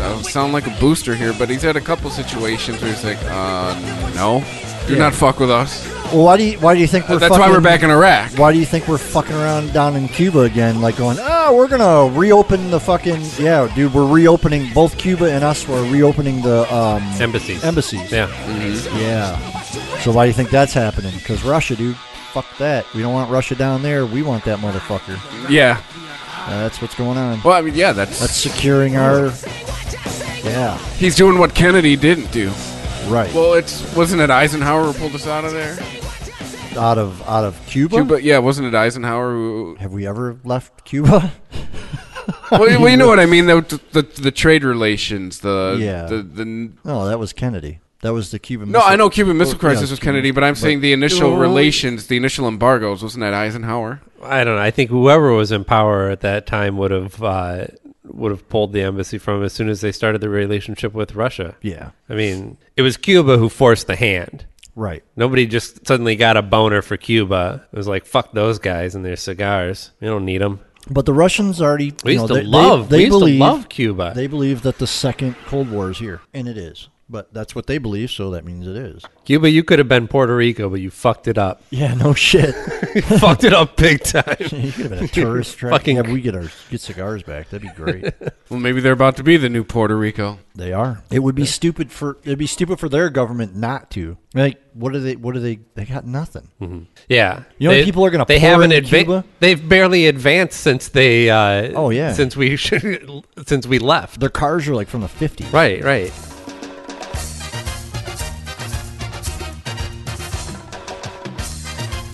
S2: I sound like a booster here, but he's had a couple situations where he's like, uh, no, do not fuck with us.
S3: Well, why do you why do you think we're
S2: That's why we're
S3: fucking-
S2: back in Iraq.
S3: Why do you think we're fucking around down in Cuba again, like going, oh, we're gonna reopen the fucking yeah, dude, we're reopening both Cuba and us. We're reopening the um,
S5: Embassies.
S3: embassies.
S5: Yeah.
S3: Yeah. So why do you think that's happening? Because Russia, dude. fuck that. We don't want Russia down there. We want that motherfucker.
S2: Yeah.
S3: Uh, that's what's going on.
S2: Well, I mean, yeah, that's,
S3: That's securing our. Yeah,
S2: he's doing what Kennedy didn't do.
S3: right.
S2: Well, it's wasn't it Eisenhower who pulled us out of there?
S3: out of out of Cuba.
S2: Cuba, yeah, wasn't it Eisenhower
S3: (laughs)
S2: who?
S3: Have we ever left Cuba? (laughs) Oh,
S2: Well, you- well, you know what I mean. The the, the trade relations, the
S3: Yeah.
S2: the, the
S3: No, that was Kennedy. That was the Cuban.
S2: no,
S3: Missile-
S2: I know Cuban Missile
S3: Oh,
S2: Crisis
S3: yeah, Oh.
S2: was
S3: Cuban-
S2: Kennedy, but I'm saying the initial relations, the initial embargoes, wasn't that Eisenhower?
S5: I don't know. I think whoever was in power at that time would have uh, would have pulled the embassy from him as soon as they started the relationship with Russia.
S3: Yeah,
S5: I mean, it was Cuba who forced the hand.
S3: right.
S5: Nobody just suddenly got a boner for Cuba. It was like fuck those guys and their cigars. We don't need them.
S3: But the Russians already.
S5: We
S3: you know,
S5: used to
S3: they- they-
S5: love.
S3: They,
S5: we used
S3: believe,
S5: to love Cuba.
S3: They believe that the second Cold War is here, and it is. But that's what they believe, so that means it is.
S5: Cuba, you could have been Puerto Rico, but you fucked it
S3: (laughs)
S5: up.
S3: Yeah, no shit.
S5: You fucked it up big time.
S3: you could have (laughs) been a tourist trap.
S5: Fucking-
S3: Have we get our get cigars back? That'd be (laughs) great.
S2: Well, maybe they're about to be the new Puerto Rico.
S3: They are. It would be stupid for it'd be stupid for their government not to. Like, what are they? What are they? They got nothing.
S5: Yeah,
S3: You know, people are gonna
S5: They
S3: pour
S5: haven't
S3: into Cuba.
S5: They've barely advanced since they. Uh,
S3: Oh, yeah.
S5: since we (laughs) should, since we left.
S3: Their cars are like from the fifties.
S5: Right, right.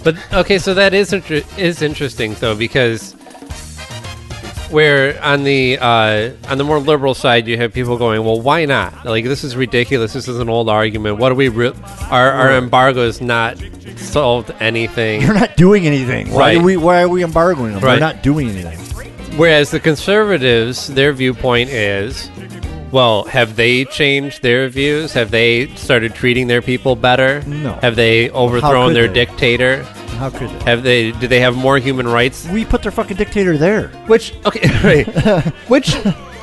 S5: But okay, so that is inter- is interesting though because where on the uh, on the more liberal side you have people going, well, why not? Like this is ridiculous. This is an old argument. What do we? Re- our our embargo has not solved anything.
S3: They're not doing anything. Why
S5: Right.
S3: are we? Why are we embargoing them?
S5: Right.
S3: They're not doing anything.
S5: Whereas the conservatives, their viewpoint is, well, have they changed their views? Have they started treating their people better?
S3: No.
S5: Have they overthrown
S3: could
S5: their
S3: they?
S5: dictator?
S3: How could they?
S5: Have they? Do they have more human rights?
S3: we put their fucking dictator there?
S5: Which
S3: (laughs)
S5: okay, right. (laughs) which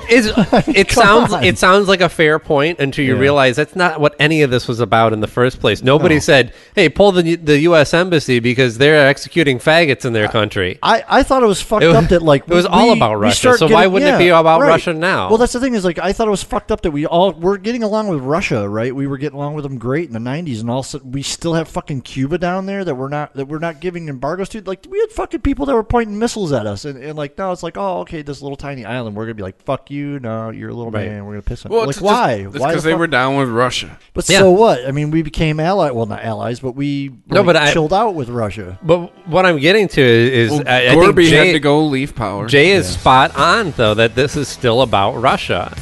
S5: is it
S3: Come
S5: sounds
S3: on.
S5: it sounds like a fair point until you
S3: Yeah.
S5: realize that's not what any of this was about in the first place. Nobody said, "Hey, pull the the U.S. embassy because they're executing faggots in
S3: Uh,
S5: their country."
S3: I, I thought it was fucked
S5: It was-
S3: up that like
S5: it was all about Russia,
S3: start
S5: so why wouldn't it be about Russia now?
S3: Well, that's the thing is like I thought it was fucked up that we all we're getting along with Russia, right? We were getting along with them great in the '90s, and all of a sudden we still have fucking Cuba down there that we're not that we're not giving embargoes to. Like we had fucking people that were pointing missiles at us, and, and like now it's like oh okay, this little tiny island, we're gonna be like fuck you, no, you're a little
S5: Right.
S3: man, we're gonna piss on.
S2: Well,
S3: like
S2: it's just-
S3: why?
S2: It's
S3: why the
S2: because they
S3: fuck-
S2: were down with Russia.
S3: But
S5: Yeah.
S3: so what? I mean, we became ally. Well, not allies, but we
S5: No,
S3: like,
S5: but I-
S3: chilled out with Russia.
S5: But what I'm getting to is,
S2: Well,
S5: I, I think
S2: Gorby
S5: Jay-
S2: had to go leave power.
S5: Jay is spot on though that this is still about Russia.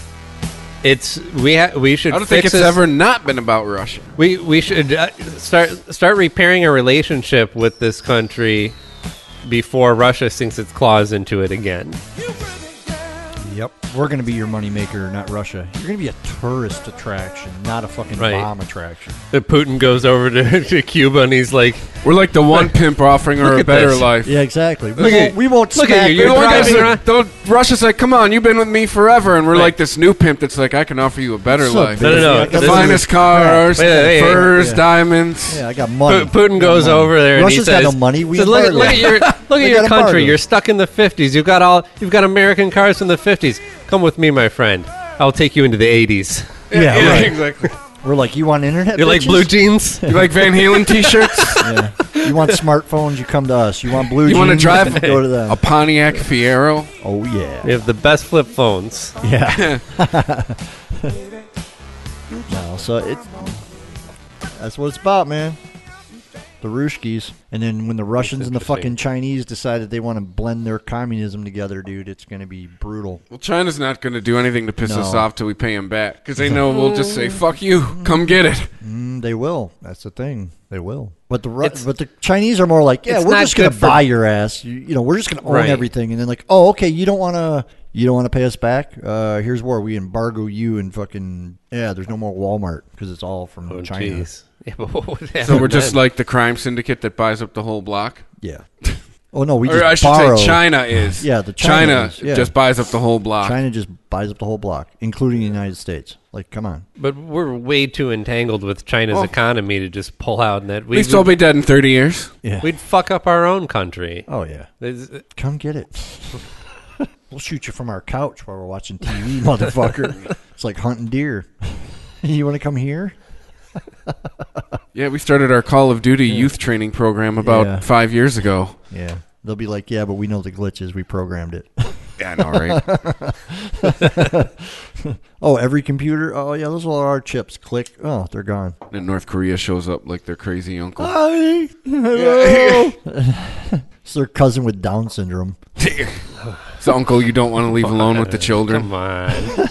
S5: It's we ha- we should
S2: I don't think
S5: fix
S2: it's
S5: this-
S2: ever not been about Russia.
S5: we we should uh, start start repairing a relationship with this country before Russia sinks its claws into it again.
S3: Yep. We're going to be your moneymaker, not Russia. You're going to be a tourist attraction, not a fucking
S5: Right.
S3: bomb attraction.
S5: That Putin goes over to, (laughs) to Cuba and he's like,
S2: We're like the one pimp offering her
S5: Look
S2: a
S5: at
S2: better
S5: this.
S2: life.
S3: Yeah, exactly. We
S5: Look at-
S3: won't, we won't
S5: look at
S3: smack
S5: you,
S2: You
S5: you're
S2: know,
S3: them.
S2: like I
S5: driving
S2: said,
S5: around-
S2: the- Russia's like, come on, you've been with me forever, and we're
S5: Right.
S2: like this new pimp that's like, I can offer you a better
S3: So
S2: life.
S3: big.
S5: No, no, no,
S3: Yeah,
S2: The
S5: This is-
S2: finest cars,
S5: Wait, wait, wait.
S2: furs,
S3: Yeah.
S2: diamonds.
S3: Yeah,
S2: Yeah.
S3: I got
S5: Pu-
S3: money.
S5: Putin
S3: Got
S5: goes
S3: money.
S5: over there and
S3: Russia's
S5: he says,
S3: got no money. We
S5: says, look, at- look at
S3: embargo. (laughs)
S5: your look
S3: They
S5: at
S3: got
S5: your country.
S3: embargoed.
S5: You're stuck in the 50s. You've got all you've got American cars from the 50s. Come with me, my friend. I'll take you into the 80s.
S3: Yeah, right.
S2: exactly.
S3: We're like, you want internet?
S5: You like
S3: bitches?
S5: blue jeans?
S2: You like Van Halen
S3: (laughs)
S2: T-shirts?
S3: Yeah. You want smartphones? You come to us. You want blue
S2: You
S3: want to
S2: drive
S3: Go to them.
S2: a Pontiac Fiero?
S3: Oh, yeah.
S5: We have the best flip phones. (laughs)
S3: Yeah. no, so it that's what it's about, man. The Ruskies. And then when the Russians and the fucking Chinese decide that they want to blend their communism together, dude, it's going to be brutal.
S2: Well, China's not going to do anything to piss
S3: No. Mm-hmm.
S2: us off till we pay them back because they know we'll just say, "Fuck you, come get
S3: (laughs)
S2: it."
S3: Mm, they will. That's the thing. They will. But the Ru-
S5: It's-
S3: but the Chinese are more like, yeah,
S5: it's
S3: we're
S5: not
S3: just going
S5: good
S3: to
S5: for-
S3: buy your ass. You, you know, we're just going to own
S5: Right.
S3: everything. And then like, oh, okay, you don't want to you don't want to pay us back. Uh, here's where we embargo you and fucking yeah. There's no more Walmart because it's all from
S5: Oh,
S3: China.
S5: jeez. (laughs) Yeah, but what would happen
S2: So we're just
S5: then?
S2: like the crime syndicate that buys up the whole block,
S3: Yeah. (laughs) Oh no, we just
S2: or I should
S3: borrow.
S2: say, China is.
S3: Yeah, the
S2: China,
S3: Chinese, yeah.
S2: just buys up the whole block.
S3: China just buys up the whole block, including the United States. Like, come on.
S5: But we're way too entangled with China's
S2: Well-
S5: economy to just pull out and that
S2: At
S5: we
S2: least I'll
S5: would,
S2: be dead in thirty years.
S3: Yeah.
S5: we'd fuck up our own country.
S3: oh yeah.
S5: There's-
S3: Come get it. (laughs) we'll shoot you from our couch while we're watching (laughs) TV, (laughs) motherfucker. it's like hunting deer. you want to come here?
S8: Yeah, we started our Call of Duty youth training program about
S3: Yeah.
S8: five years
S3: (laughs)
S8: ago.
S3: Yeah. They'll be like, yeah, but we know the glitches. We programmed it.
S8: Yeah, all right.
S3: oh, every computer. Oh, yeah, those are our chips. Click. Oh, they're gone.
S8: then North Korea shows up like their crazy uncle.
S3: Hi. Hello. (laughs) it's their cousin with Down syndrome.
S8: It's the uncle you don't want to leave alone with the children.
S5: Come on.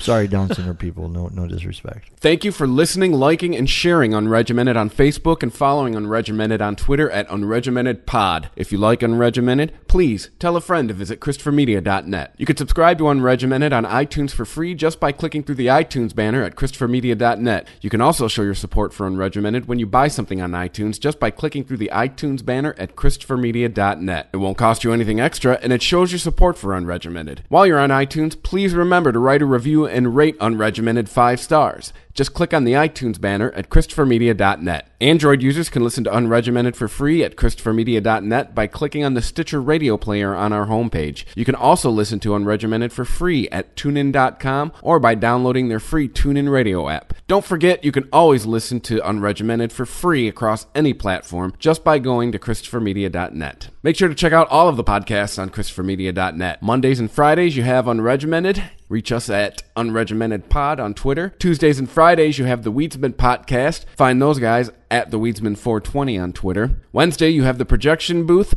S3: Sorry, Down syndrome people. No, no disrespect.
S2: Thank you for listening, liking, and sharing Unregimented on Facebook and following Unregimented on Twitter at Unregimented Pod. If you like Unregimented, please tell a friend to visit ChristopherMedia.net. You can subscribe to Unregimented on iTunes for free just by clicking through the iTunes banner at ChristopherMedia.net. You can also show your support for Unregimented when you buy something on iTunes just by clicking through the iTunes banner at ChristopherMedia.net. It won't cost you anything extra, and it shows your support for Unregimented. While you're on iTunes, please remember to write a review and rate Unregimented five stars. Just click on the iTunes banner at ChristopherMedia.net. Android users can listen to Unregimented for free at ChristopherMedia.net by clicking on the Stitcher radio player on our homepage. You can also listen to Unregimented for free at TuneIn.com or by downloading their free TuneIn Radio app. Don't forget, you can always listen to Unregimented for free across any platform just by going to ChristopherMedia.net. Make sure to check out all of the podcasts on ChristopherMedia.net. Mondays and Fridays, you have Unregimented. Reach us at Unregimented Pod on Twitter. Tuesdays and Fridays, you have the Weedsman Podcast. Find those guys at the Weedsman420 on Twitter. Wednesday, you have the Projection Booth,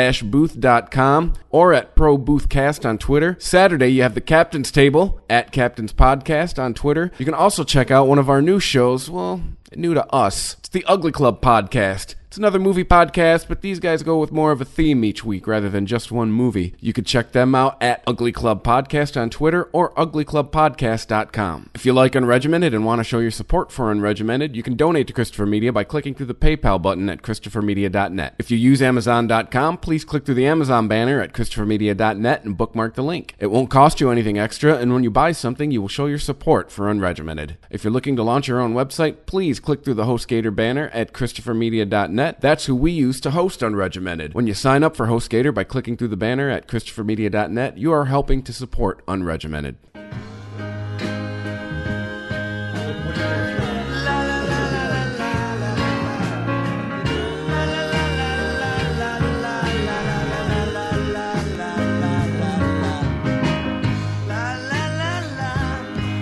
S2: projection-booth.com, or at ProBoothcast on Twitter. Saturday, you have the Captain's Table at Captain's Podcast on Twitter. You can also check out one of our new shows. Well, new to us. It's the Ugly Club Podcast. It's another movie podcast, but these guys go with more of a theme each week rather than just one movie. You could check them out at Ugly Club Podcast on Twitter or uglyclubpodcast.com. If you like Unregimented and want to show your support for Unregimented, you can donate to Christopher Media by clicking through the PayPal button at christophermedia.net. If you use amazon.com, please click through the Amazon banner at christophermedia.net and bookmark the link. It won't cost you anything extra, and when you buy something, you will show your support for Unregimented. If you're looking to launch your own website, please click through the HostGator banner at ChristopherMedia.net. That's who we use to host Unregimented. When you sign up for HostGator by clicking through the banner at ChristopherMedia.net, you are helping to support Unregimented.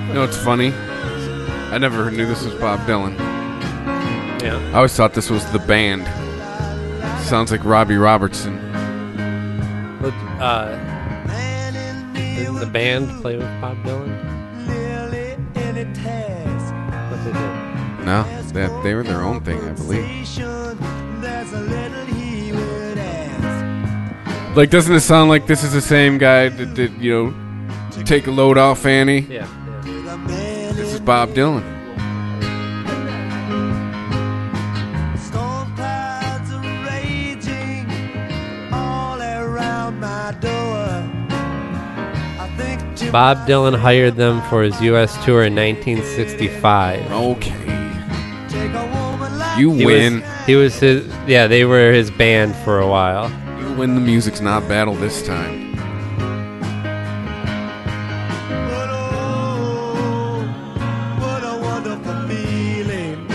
S8: You know, it's funny. I never knew this was Bob Dylan.
S5: Yeah.
S8: I always thought this was the band. Sounds like Robbie Robertson.
S5: But, uh, didn't the band play with Bob Dylan? What they did?
S8: No, they, they were their own thing, I believe. Like, doesn't it sound like this is the same guy that, that you know, take a load off Annie?
S5: Yeah. yeah.
S8: This is Bob Dylan.
S9: Storm clouds are raging all around my door. I think to
S5: Bob Dylan hired them for his U.S. tour in 1965.
S8: Okay.
S9: take a woman like
S8: You
S5: He
S8: win.
S5: Was, he was his. Yeah, they were his band for a while.
S8: You win the music's not battle this time.
S9: But oh, what a wonderful feeling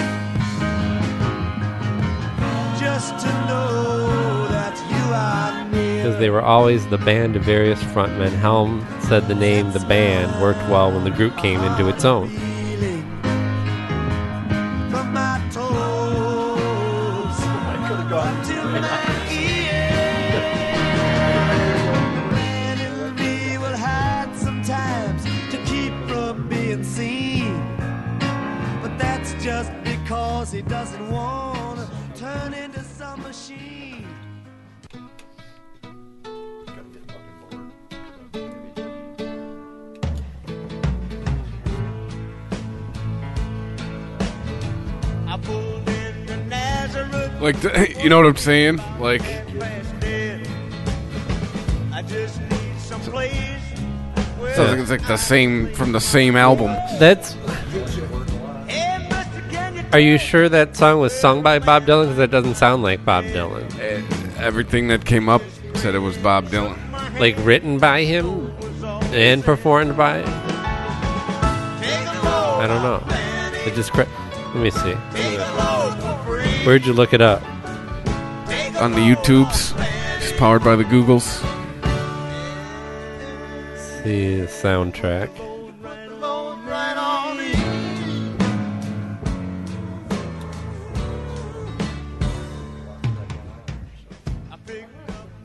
S9: just to know that you are near.
S5: Because they were always the band of various frontmen. Helm said the name the band worked well when the group came into its own.
S9: Feeling from my toes until my ears. Man in me will hide sometimes to keep from being seen. But that's just because he doesn't want to turn into some machine. I pulled into Nazareth
S8: Like, th- you know what I'm saying? Like,
S9: past it. I just need some place where
S8: sounds like it's like the same from the same album.
S5: That's.
S9: Hey, mister, can you
S5: Are you sure that song was sung by Bob Dylan? Because that doesn't sound like Bob Dylan.
S8: Eh, Everything that came up said it was Bob Dylan.
S5: Like written by him and performed by.
S9: take a look?
S5: I don't know. It just. Cra- Let me see. Where'd you look it up?
S2: on the YouTubes. It's powered by the Googles.
S5: See the soundtrack.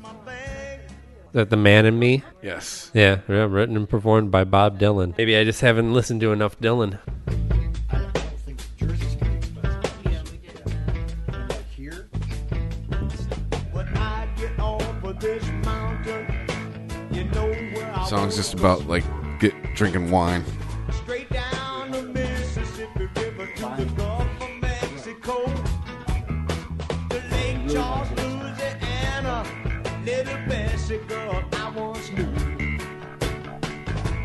S5: Is that the man in me?
S2: Yes.
S5: Yeah, yeah, written and performed by Bob Dylan. Maybe I just haven't listened to enough Dylan.
S2: Song's just about like get drinking wine.
S9: Straight down the Mississippi River to the Gulf of Mexico. To Lake Charles, Louisiana. Little Bessie girl I once knew.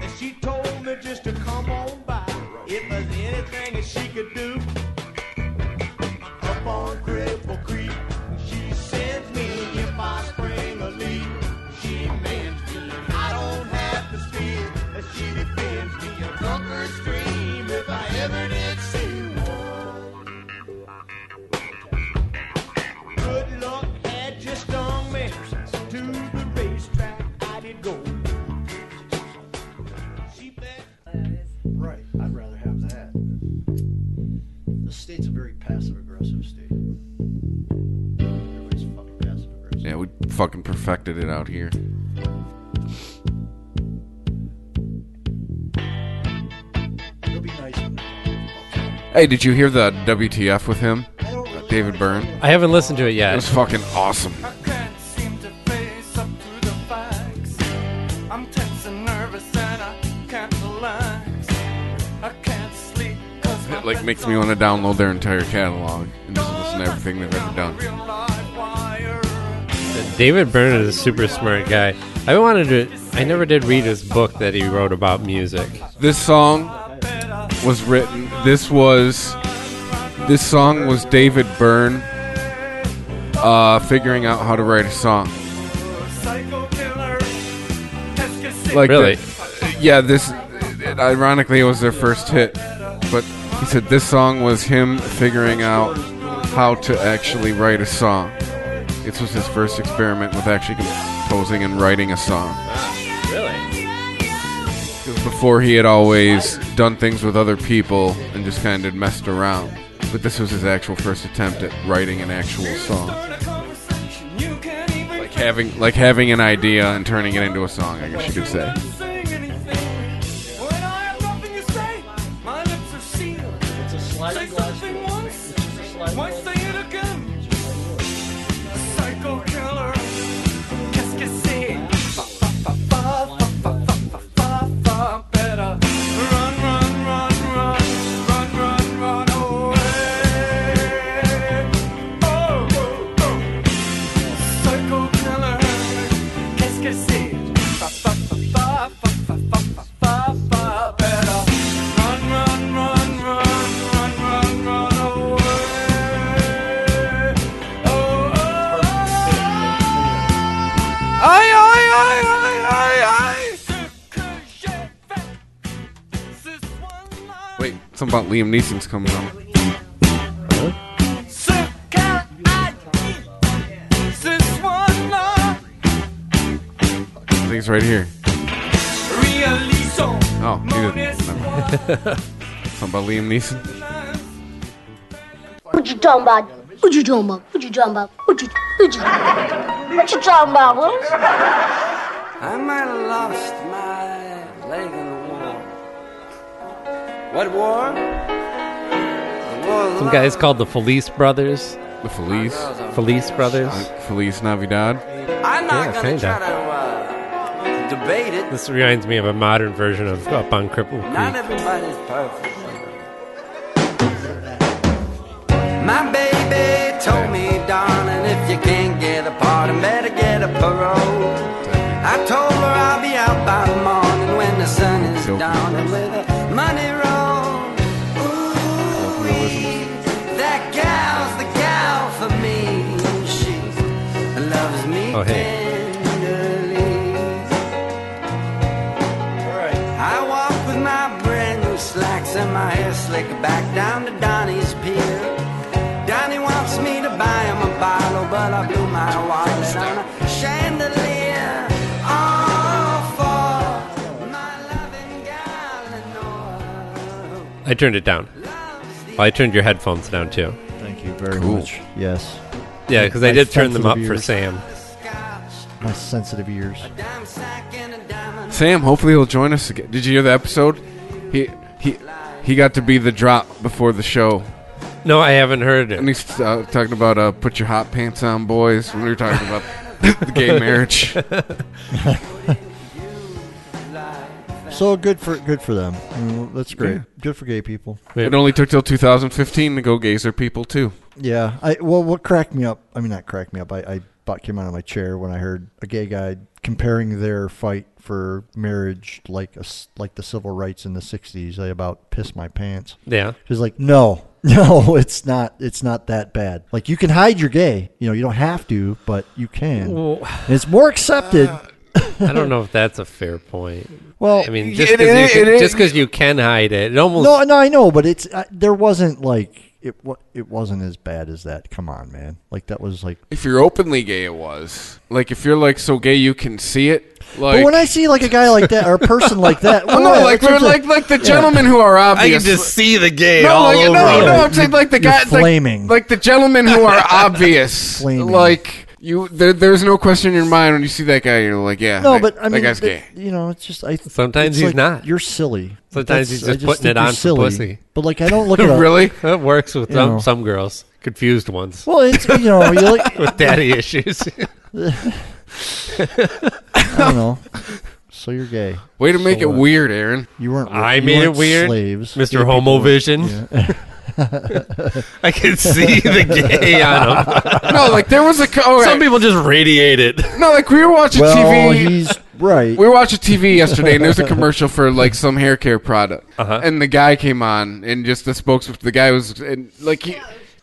S9: And she told me just to come on by if there's anything that she could do. Up on Cripple Creek, she sends me if I spring a leak. She mends me, I don't have to speak. And she defends me, a drunker scream if I ever did see one. Good luck had just stung me to the racetrack. I did go. She bet.
S3: Right. I'd rather have that. The state's a very passive aggressive state. Everybody's fucking passive aggressive.
S2: Yeah, we fucking perfected it out here.
S3: It'll be nice. when they're
S2: Hey, did you hear the WTF with him? Uh, David Byrne?
S5: I haven't listened to it
S2: It (laughs)
S5: yet.
S2: was fucking awesome.
S9: I can't seem to face up to the facts. I'm tense and nervous and I can't relax. I can't sleep 'cause my
S2: It like makes
S9: bed's
S2: me
S9: on
S2: want to download their entire catalog and just listen to everything they've ever done.
S9: real live wire.
S5: David Byrne is a super smart guy. I wanted to. I never did read his book that he wrote about music.
S2: This song was written. This was. This song was David Byrne uh, figuring out how to write a song.
S9: Psycho killer. Let's get sick.
S2: Like
S5: Really?
S2: the- yeah, this. Ironically, it was their first hit, but he said this song was him figuring out how to actually write a song. This was his first experiment with actually composing and writing a song.
S5: Really?
S2: before he had always done things with other people and just kind of messed around. But this was his actual first attempt at writing an actual song,
S9: Start a conversation you can't even
S2: like having like having an idea and turning it into a song. I guess you could say.
S9: sing anything. When I have nothing to say, my lips are sealed.
S3: It's a
S9: Say
S3: sliding glass
S9: something
S3: door.
S9: once,
S3: It's a sliding
S9: why
S3: glass
S9: say it again? Psycho killer. Qu'est-ce que c'est? Fa, fa, fa, fa, fa, fa, fa, fa, fa, better. Run, run, run, run. Run, run, run away. Oh, oh, oh. Psycho killer. Qu'est-ce que c'est? Fa, fa, fa, fa, fa, fa, fa, fa, fa, fa, better. Run, run, run, run, run, run, run away. Oh, oh, oh. Aïe, aïe, aïe, aïe, aïe, aïe. Ce que j'ai fait, ce soir-là.
S2: Wait, something about Liam Neeson's coming on.
S9: Ce qu'elle a dit, ce soir-là.
S2: I think it's right here.
S9: Réalisons
S2: Oh, he
S9: mon
S2: didn't. Never.
S9: espoir.
S2: Something about Liam Neeson.
S10: What you talking about? What you talking about? What you talking about? What you what you what you talking about? What?
S7: I might have lost my leg in the war. What war? The war of
S5: Some
S7: love.
S5: guys called the Felice Brothers.
S2: The Feliz,
S5: Felice Brothers.
S2: Feliz Navidad.
S7: I'm not
S5: Yeah,
S7: gonna
S5: kinda.
S7: try to uh, debate it.
S5: This reminds me of a modern version of Up on Cripple
S7: Not
S5: Creek.
S7: everybody's perfect. My baby told me, darling, if you can't get a pardon, better get a parole. I told her I'll be out by the morning when the sun is
S2: Dope.
S7: down and with a money roll. Ooh, wee, that gal's the gal for me. She loves me
S5: Oh, hey.
S7: tenderly. I walk with my brand new slacks and my hair slicked back down to Donnie's pier. Donnie wants me to buy him a bottle, but I blew my wallet on a chandelier. All for my loving Gallinor.
S5: I turned it down. Well, I turned your headphones down too.
S3: Thank you very
S2: Cool.
S3: much. Yes.
S5: Yeah, because I
S3: My
S5: did turn them up
S3: sensitive
S5: for
S3: ears.
S5: Sam.
S7: Scotch,
S3: My sensitive ears.
S7: dime sack, and a diamond.
S2: Sam, hopefully he'll join us again. Did you hear the episode? He he he got to be the drop before the show,
S5: No, I haven't heard
S2: and
S5: it.
S2: he's uh, talking about uh, put your hot pants on, boys. When we were talking about the
S5: (laughs)
S2: gay marriage,
S3: So good for good for them. Mm, That's great. Good for gay people.
S2: it only took till 2015 to go gays are people too.
S3: Yeah. I well, what cracked me up? I mean, not cracked me up. I, I about came out of my chair when I heard a gay guy comparing their fight for marriage like us like the civil rights in the '60s. I about pissed my pants.
S5: Yeah.
S3: She's like, no, (laughs) no, it's not. It's not that bad. Like you can hide your gay. You know, you don't have to, but you can.
S5: Well,
S3: And it's more accepted.
S5: I don't know if that's a fair point.
S3: well,
S5: I mean, just
S2: It-
S5: because you,
S2: it-
S5: can-
S2: it-
S5: just 'cause you can hide it, it almost
S3: no, no, I know, but it's uh, there wasn't like it. wa- It wasn't as bad as that. Come on, man. Like that was like.
S2: If you're openly gay, it was like if you're like so gay you can see it. Like
S3: But when I see like a guy like that or a person like
S5: (laughs)
S3: that,
S2: Oh,
S3: well,
S2: no, like
S3: that's
S2: we're
S3: what I'm
S2: like
S3: saying.
S2: like the gentlemen who are
S5: I can
S2: obvious.
S5: just see the gay
S2: no,
S5: all
S2: like,
S5: over.
S2: no,
S5: it.
S2: no,
S3: you.
S2: I'm saying like the
S3: You're
S2: guys, like-
S3: flaming.
S2: like, the gentlemen who
S3: (laughs)
S2: are obvious.
S3: Flaming.
S2: Like you, there, there's no question in your mind when you see that guy. You're like, yeah,
S3: no,
S2: that,
S3: but I
S2: that
S3: mean,
S2: guy's
S3: but,
S2: gay. (laughs)
S3: you know, it's just I.
S5: Sometimes
S3: it's
S5: he's
S3: like,
S5: not.
S3: You're silly.
S5: Sometimes he's
S3: I
S5: just putting
S3: think
S5: it
S3: you're
S5: on for
S3: silly.
S5: pussy.
S3: But like I
S5: (laughs)
S3: don't look at a-
S2: Really?
S5: That works with
S3: You
S5: some,
S3: know.
S5: some girls. Confused ones.
S3: Well, it's you know,
S5: (laughs)
S3: you like
S5: with daddy issues.
S3: I don't know. So you're gay.
S2: Way to make
S3: So
S2: it
S3: what?
S2: weird, Aaron.
S3: You weren't.
S5: I
S3: you
S5: made it
S3: weren't
S5: weird,
S3: slaves. Gay
S5: Mr.
S3: people
S5: Homo
S3: were-
S5: Vision. (laughs) I can see the gay on him.
S2: no, like there was a. co- all
S5: (laughs) Some
S2: right.
S5: people just radiate it.
S2: No, like we were watching
S3: Well,
S2: TV.
S3: he's right.
S2: we were watching TV yesterday, and there was a commercial for like some hair care product, and the guy came on, and just the spokesman, the guy was, and like he,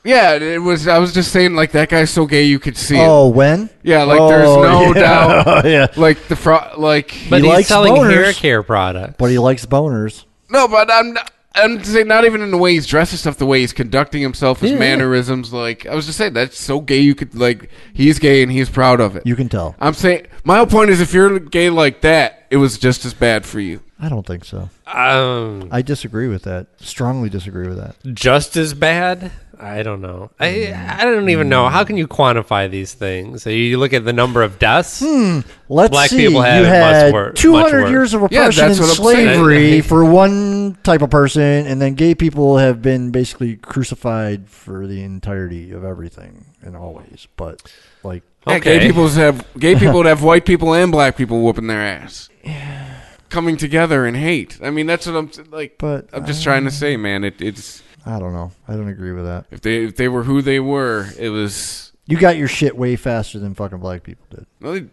S2: yeah, it was. I was just saying, like that guy's so gay you could see it.
S3: Oh, when?
S2: Yeah, like there's
S3: Oh,
S2: no
S3: yeah,
S2: doubt.
S3: (laughs) yeah.
S2: Like the fro- like
S5: But he's
S3: likes
S5: selling hair
S3: boners.
S5: care products.
S3: But he likes boners.
S2: no, but I'm not, I'm saying not even in the way he's dressed and stuff, the way he's conducting himself, his
S3: Yeah.
S2: mannerisms. Like I was just saying, that's so gay you could like he's gay and he's proud of it.
S3: You can tell.
S2: I'm saying my whole point is if you're gay like that, it was just as bad for you.
S3: I don't think so.
S5: um,
S3: I disagree with that. Strongly disagree with that.
S5: just as bad. I don't know. I I don't even know. How can you quantify these things? You look at the number of deaths.
S3: Hmm. Let's
S5: Black
S3: see.
S5: people had
S3: you
S5: it much
S3: had
S5: wor- much
S3: 200
S5: worse.
S3: years of
S2: Yeah,
S3: oppression
S2: that's
S3: and
S2: what I'm saying.
S3: slavery for one type of person, and then gay people have been basically crucified for the entirety of everything and always. But like,
S2: Yeah, gay people have gay people would have white people and black people whooping their ass. Coming together in hate. I mean, that's what I'm like.
S3: But,
S2: I'm just trying to say, man. It, it's
S3: I don't know. I don't agree with that.
S2: if they if they were who they were, it was.
S3: You got your shit way faster than fucking black people did.
S2: well, they-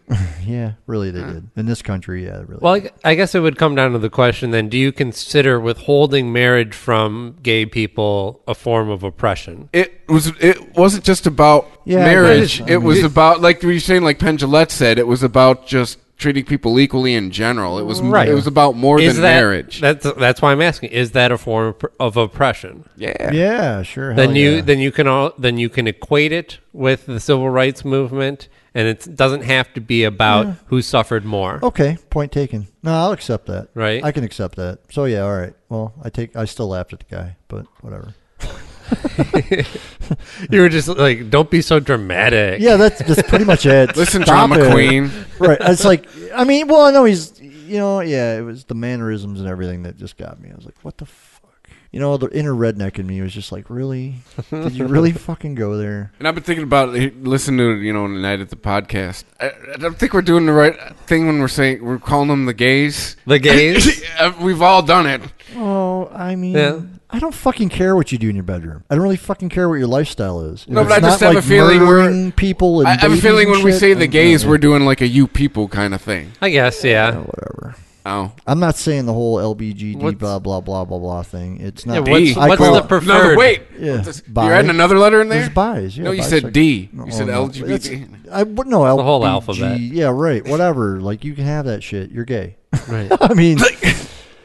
S3: Yeah, really,
S2: Mm.
S3: they did. In this country, yeah, really.
S5: Well, I- I guess it would come down to the question then: Do you consider withholding marriage from gay people a form of oppression?
S2: It was. It wasn't just about
S3: Yeah,
S2: marriage.
S3: but-
S2: It was about like you were saying, like Pendulette said. It was about just treating people equally in general. It was. It was about more
S5: Is
S2: than
S5: that-
S2: marriage.
S5: That's that's why I'm asking: Is that a form of, of oppression?
S2: yeah.
S3: yeah, sure.
S5: then
S3: hell
S5: you
S3: Oh, yeah.
S5: then you can all then you can equate it with the civil rights movement, and it doesn't have to be about who suffered more.
S3: Okay, point taken. No, I'll accept that.
S5: Right.
S3: I can accept that. So yeah, all right. Well, I take I still laughed at the guy, but whatever.
S5: You were just like, don't be so dramatic.
S3: Yeah, that's that's pretty much it.
S2: (laughs) Listen,
S3: Stop
S2: drama
S3: it.
S2: queen.
S3: (laughs) Right. It's like I mean, well, I know he's you know, yeah, it was the mannerisms and everything that just got me. I was like, what the fuck? You know, the inner redneck in me was just like, really? Did you really fucking go there?
S2: And I've been thinking about listen to you know tonight at the podcast. I, I don't think we're doing the right thing when we're saying we're calling them the gays. (laughs)
S5: The gays?
S2: Uh, We've all done it.
S3: Oh, I mean,
S5: Yeah.
S3: I don't fucking care what you do in your bedroom. I don't really fucking care what your lifestyle is. If
S2: No, but
S3: it's
S2: I just
S3: not,
S2: have a
S3: like,
S2: feeling we're-
S3: murdering people. And
S2: I, I have a
S3: babies
S2: feeling
S3: and
S2: when we
S3: shit, Oh,
S2: say
S3: I
S2: the
S3: don't
S2: gays,
S3: know.
S2: we're doing like a you people kind of thing.
S5: I guess. Yeah.
S3: whatever.
S2: Oh,
S3: I'm not saying the whole LBGD
S5: What's-
S3: blah blah blah blah blah thing. It's
S5: Yeah,
S3: not.
S5: what's-
S3: I
S5: what's
S3: call
S5: the
S3: it-
S5: preferred?
S2: no, wait.
S3: Yeah,
S2: You're adding another letter in there.
S3: There's buys. Yeah,
S2: no, you
S3: bisexual-
S2: said D.
S3: No,
S2: you said
S3: no,
S2: LGBT.
S3: that's- I would no LBG.
S5: The whole
S2: (laughs)
S5: alphabet.
S3: (laughs) Yeah, right. Whatever. Like you can have that shit. You're gay.
S5: Right.
S3: I mean,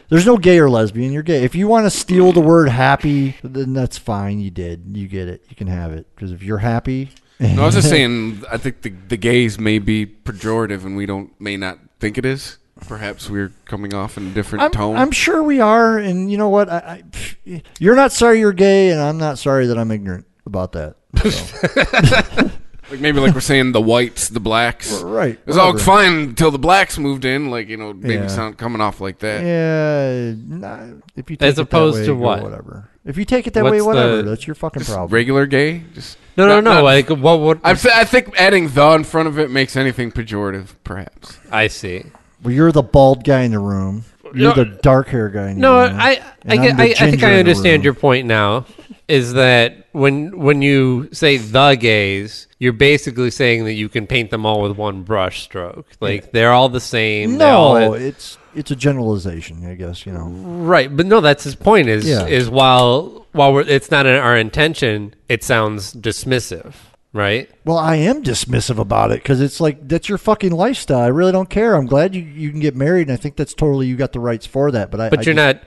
S3: There's no gay or lesbian. You're gay. If you want to steal
S2: Mm.
S3: the word happy, then that's fine. You did. You get it. You can have it. Because if you're happy,
S2: (laughs) No, I was
S3: (laughs)
S2: just saying. I think the the gays may be pejorative, and we don't may not think it is. Perhaps we're coming off in a different
S3: I'm,
S2: tone.
S3: I'm sure we are. And you know what? I, I, you're not sorry you're gay, and I'm not sorry that I'm ignorant about
S2: (laughs)
S3: that.
S2: like maybe like we're saying the whites, the blacks.
S3: Right.
S2: It was all
S3: whatever.
S2: fine until the blacks moved in. Like you know, maybe
S3: Yeah.
S2: sound coming off like that.
S3: Yeah, nah, if you take
S5: As
S3: it that
S5: opposed
S3: way,
S5: to
S3: go
S5: what?
S3: whatever. If you take it that way,
S5: What's
S3: whatever.
S5: the-
S3: that's your fucking
S2: Just
S3: problem.
S2: regular gay. Just
S5: No, no,
S2: not-
S5: no.
S2: not-
S5: like, what would
S2: I'm sa- I think adding the in front of it makes anything pejorative, perhaps.
S5: I see?
S3: well, you're the bald guy in the room. You're
S5: No,
S3: the dark hair guy in
S5: No,
S3: the room.
S5: I, I,
S3: and
S5: get-
S3: I'm the
S5: I, I think
S3: ginger in
S5: I
S3: the
S5: understand
S3: room.
S5: your point now. Is that when when you say the gays, you're basically saying that you can paint them all with one brush stroke. Like they're all the same. they all
S3: No,
S5: have-
S3: it's it's a generalization, I guess. You know,
S5: right. But no, that's his point. Is
S3: Yeah.
S5: is while while we're, it's not in our intention, it sounds dismissive, right?
S3: well, I am dismissive about it because it's like that's your fucking lifestyle. I really don't care. I'm glad you you can get married, and I think that's totally you got the rights for that. But I,
S5: But
S3: I
S5: you're
S3: just-
S5: not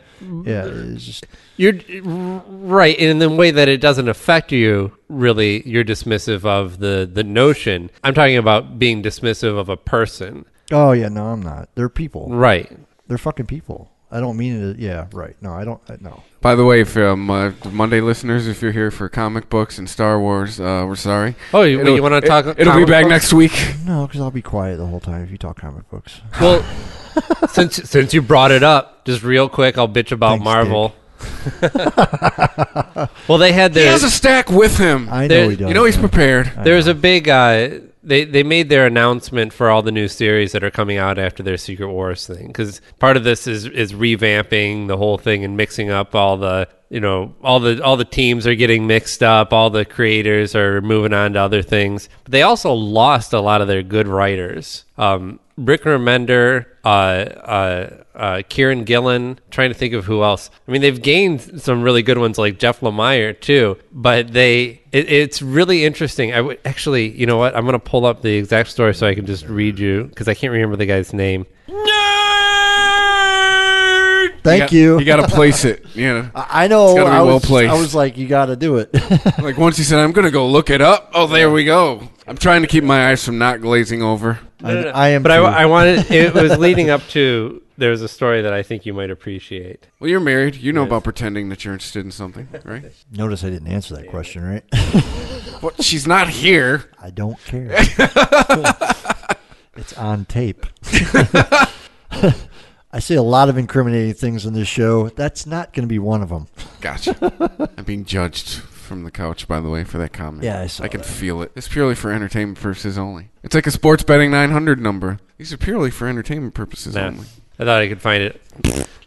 S3: Yeah, it's just
S5: You're r- right in the way that it doesn't affect you. Really, you're dismissive of the the notion. I'm talking about being dismissive of a person.
S3: oh yeah, no, I'm not. They're people.
S5: Right.
S3: They're fucking people. I don't mean it. Yeah, right. No, I don't. I, no.
S2: By the way, if um, uh, the Monday listeners, if you're here for comic books and Star Wars, uh, we're sorry.
S5: Oh, you,
S2: It'll-
S5: you want to
S2: it-
S5: talk?
S2: It'll be
S5: comic
S2: back
S5: books?
S2: next week.
S3: No, because I'll be quiet the whole time if you talk comic books.
S5: Well, (laughs) since since you brought it up, just real quick, I'll bitch about
S2: (laughs)
S3: Thanks,
S5: Marvel. well, they had
S2: He
S5: their
S2: has a stack with him.
S3: I
S5: There-
S3: know he does.
S2: you know he's
S3: yeah.
S2: prepared.
S5: (laughs) there was a big. Uh, they they made their announcement for all the new series that are coming out after their Secret Wars thing because part of this is is revamping the whole thing and mixing up all the you know all the all the teams are getting mixed up, all the creators are moving on to other things. But they also lost a lot of their good writers. Um, Rick Remender, uh, uh, uh, Kieran Gillen, trying to think of who else. I mean, they've gained some really good ones like Jeff Lemire too, but they it, it's really interesting. I would actually, you know what? I'm gonna pull up the exact story so I can just read you because I can't remember the guy's name.
S3: Thank
S2: got-
S3: you.
S2: You got to place it. Yeah.
S3: (laughs) I I know.
S2: It's gotta be
S3: I was,
S2: well placed.
S3: I was like, you got to do (laughs) it.
S2: (laughs) like once he said, "I'm gonna go look it up." Oh, there we go. I'm trying to keep my eyes from not glazing over.
S3: I, I am.
S5: But I,
S3: too.
S5: I wanted it was leading up to there was a story that I think you might appreciate.
S2: Well, you're married. You know about pretending that you're interested in something, right?
S3: notice I didn't answer that question, right?
S2: (laughs) But she's not here.
S3: I don't
S2: (laughs)
S3: care. it's on tape. (laughs) I say a lot of incriminating things on this show. That's not going to be one of them.
S2: Gotcha. I'm being judged from the couch, by the way, for that comment.
S3: Yeah, I saw
S2: can
S3: that.
S2: feel it. It's purely for entertainment purposes only. It's like a sports betting 900 number. These are purely for entertainment purposes
S5: No.
S2: only.
S5: I thought I could find it.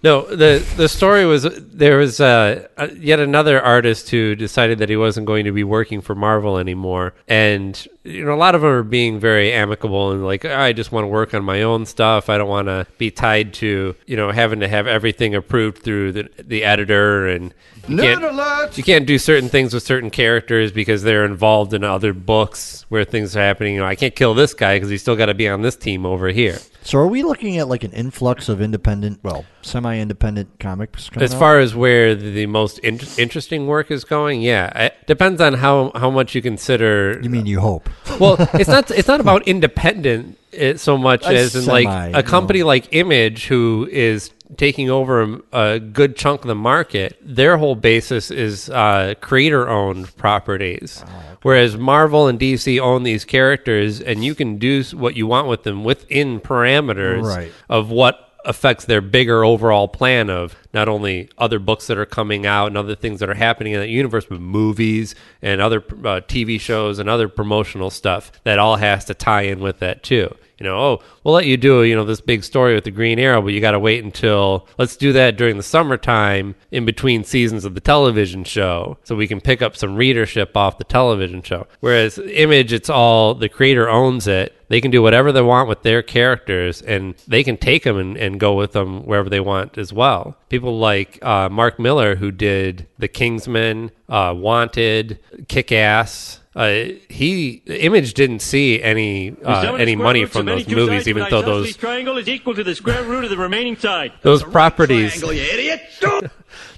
S5: No, the the story was there was uh, uh, yet another artist who decided that he wasn't going to be working for Marvel anymore, and you know a lot of them are being very amicable and like "Ah, I just want to work on my own stuff. I don't want to be tied to you know having to have everything approved through the the editor and you can't- you can't do certain things with certain characters because they're involved in other books where things are happening. You know I can't kill this guy because he's still got to be on this team over here.
S3: So, are we looking at like an influx of independent, well, semi-independent comics? Coming
S5: as
S3: out?
S5: far as where the, the most in- interesting work is going yeah it depends on how how much you consider
S3: you mean you hope?
S5: well it's not it's
S3: (laughs)
S5: not about independent eh, so much
S3: A
S5: as in
S3: semi,
S5: like
S3: you
S5: a
S3: know.
S5: company like image who is taking over a, a good chunk of the market their whole basis is uh, creator owned
S3: Ah,
S5: properties whereas marvel and dc own these characters and you can do s- what you want with them within parameters
S3: Right.
S5: of what affects their bigger overall plan of not only other books that are coming out and other things that are happening in that universe, but movies and other uh, TV shows and other promotional stuff that all has to tie in with that too. You know, oh, we'll let you do you know this big story with the Green Arrow, but you got to wait until let's do that during the summertime in between seasons of the television show, so we can pick up some readership off the television show. Whereas Image, it's all the creator owns it. They can do whatever they want with their characters, and they can take them and, and go with them wherever they want as well. People like uh, Mark Miller, who did The Kingsman, uh, Wanted, Kick Ass. Uh, he Image didn't see any uh, any money from those movies, even though those
S11: triangle is equal to the square root of the remaining side.
S5: those properties
S11: you idiot!
S5: (laughs)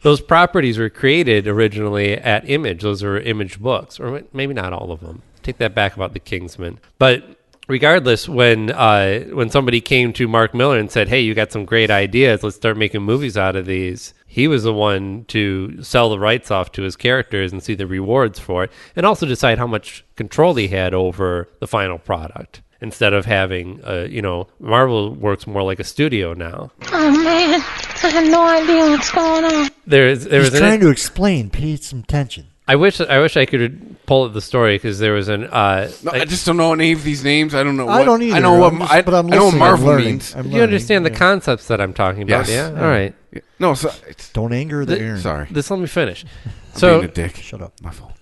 S5: those properties were created originally at Image. Those are Image books, or maybe not all of them. Take that back about the Kingsman. But regardless, when uh, when somebody came to Mark Miller and said, "Hey, you got some great ideas. Let's start making movies out of these." He was the one to sell the rights off to his characters and see the rewards for it, and also decide how much control he had over the final product instead of having, uh, you know, Marvel works more like a studio now.
S10: Oh man, I have no idea what's going on.
S5: There's, there
S3: He's
S5: was an-
S3: trying to explain. Pay some attention.
S5: I wish I wish I could pull up the story because there was an uh,
S2: No,
S5: I-
S2: I just don't know any of these names. I don't know. What,
S3: I don't either.
S2: I know what
S3: I'm just-
S2: I,
S3: but I'm
S2: I know what
S3: listening,
S2: Marvel
S3: I'm learning.
S2: means.
S3: I'm
S5: you
S3: learning,
S5: understand the
S3: yeah.
S5: concepts that I'm talking about.
S2: Yes.
S5: Yeah. All right.
S2: No, so it's,
S3: Don't anger the Aaron.
S2: sorry.
S5: This let me finish.
S2: So,
S5: So
S2: being a dick.
S3: Shut up.
S2: My fault.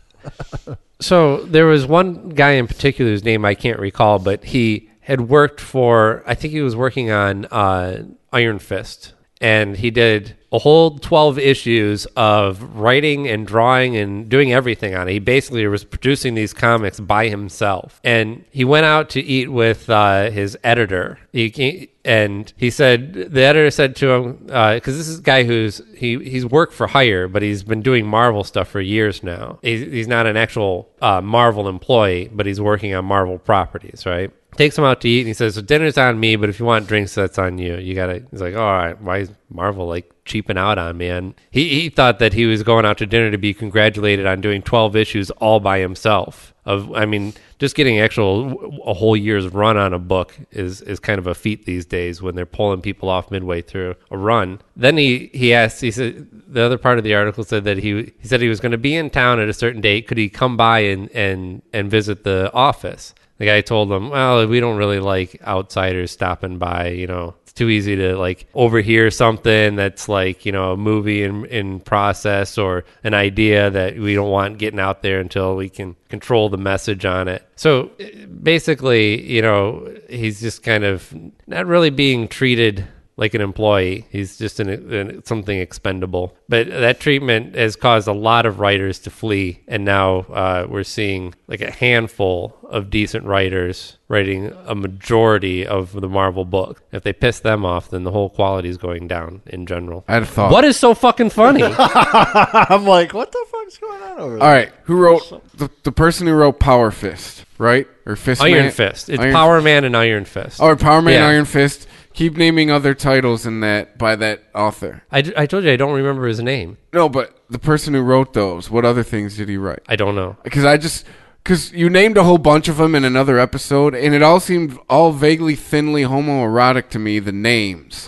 S5: so there was one guy in particular whose name I can't recall, but he had worked for I think he was working on uh, Iron Fist, and he did a whole twelve issues of writing and drawing and doing everything on it. He basically was producing these comics by himself, and he went out to eat with uh, his editor. He ca- and he said the editor said to him because this is a guy who's he he's worked for hire but he's been doing marvel stuff for years now he's, he's not an actual uh, marvel employee but he's working on marvel properties right takes him out to eat and he says so dinner's on me but if you want drinks that's on you you gotta he's like all right why is marvel like cheaping out on me and he, he thought that he was going out to dinner to be congratulated on doing 12 issues all by himself of i mean just getting actual a whole year's run on a book is is kind of a feat these days when they're pulling people off midway through a run then he he asked he said the other part of the article said that he he said he was going to be in town at a certain date could he come by and and and visit the office the guy told him well we don't really like outsiders stopping by you know it's too easy to like overhear something that's like you know a movie in in process or an idea that we don't want getting out there until we can control the message on it. So eh, basically, you know, he's just kind of not really being treated like an employee. He's just an, an something expendable. But that treatment has caused a lot of writers to flee, and now uh, we're seeing like a handful of decent writers writing a majority of the Marvel book. If they piss them off, then the whole quality is going down in general.
S2: I had a thought.
S5: What is so
S2: (laughs)
S5: fucking funny?
S3: I'm like, what the fuck's going on over there?
S2: All right, who wrote the, the person who wrote Power Fist, right? Or Fist
S5: Iron
S2: Man?
S5: Fist. It's
S2: Iron-
S5: Power Man and Iron Fist.
S2: Or Power Man,
S5: Yeah.
S2: Iron Fist. Keep naming other titles in that by that author.
S5: I, d- I told you I don't remember his name.
S2: No, but the person who wrote those, what other things did he write?
S5: I don't know.
S2: Because I just because you named a whole bunch of them in another episode, and it all seemed all vaguely thinly homoerotic to me. The
S5: (laughs)
S2: names.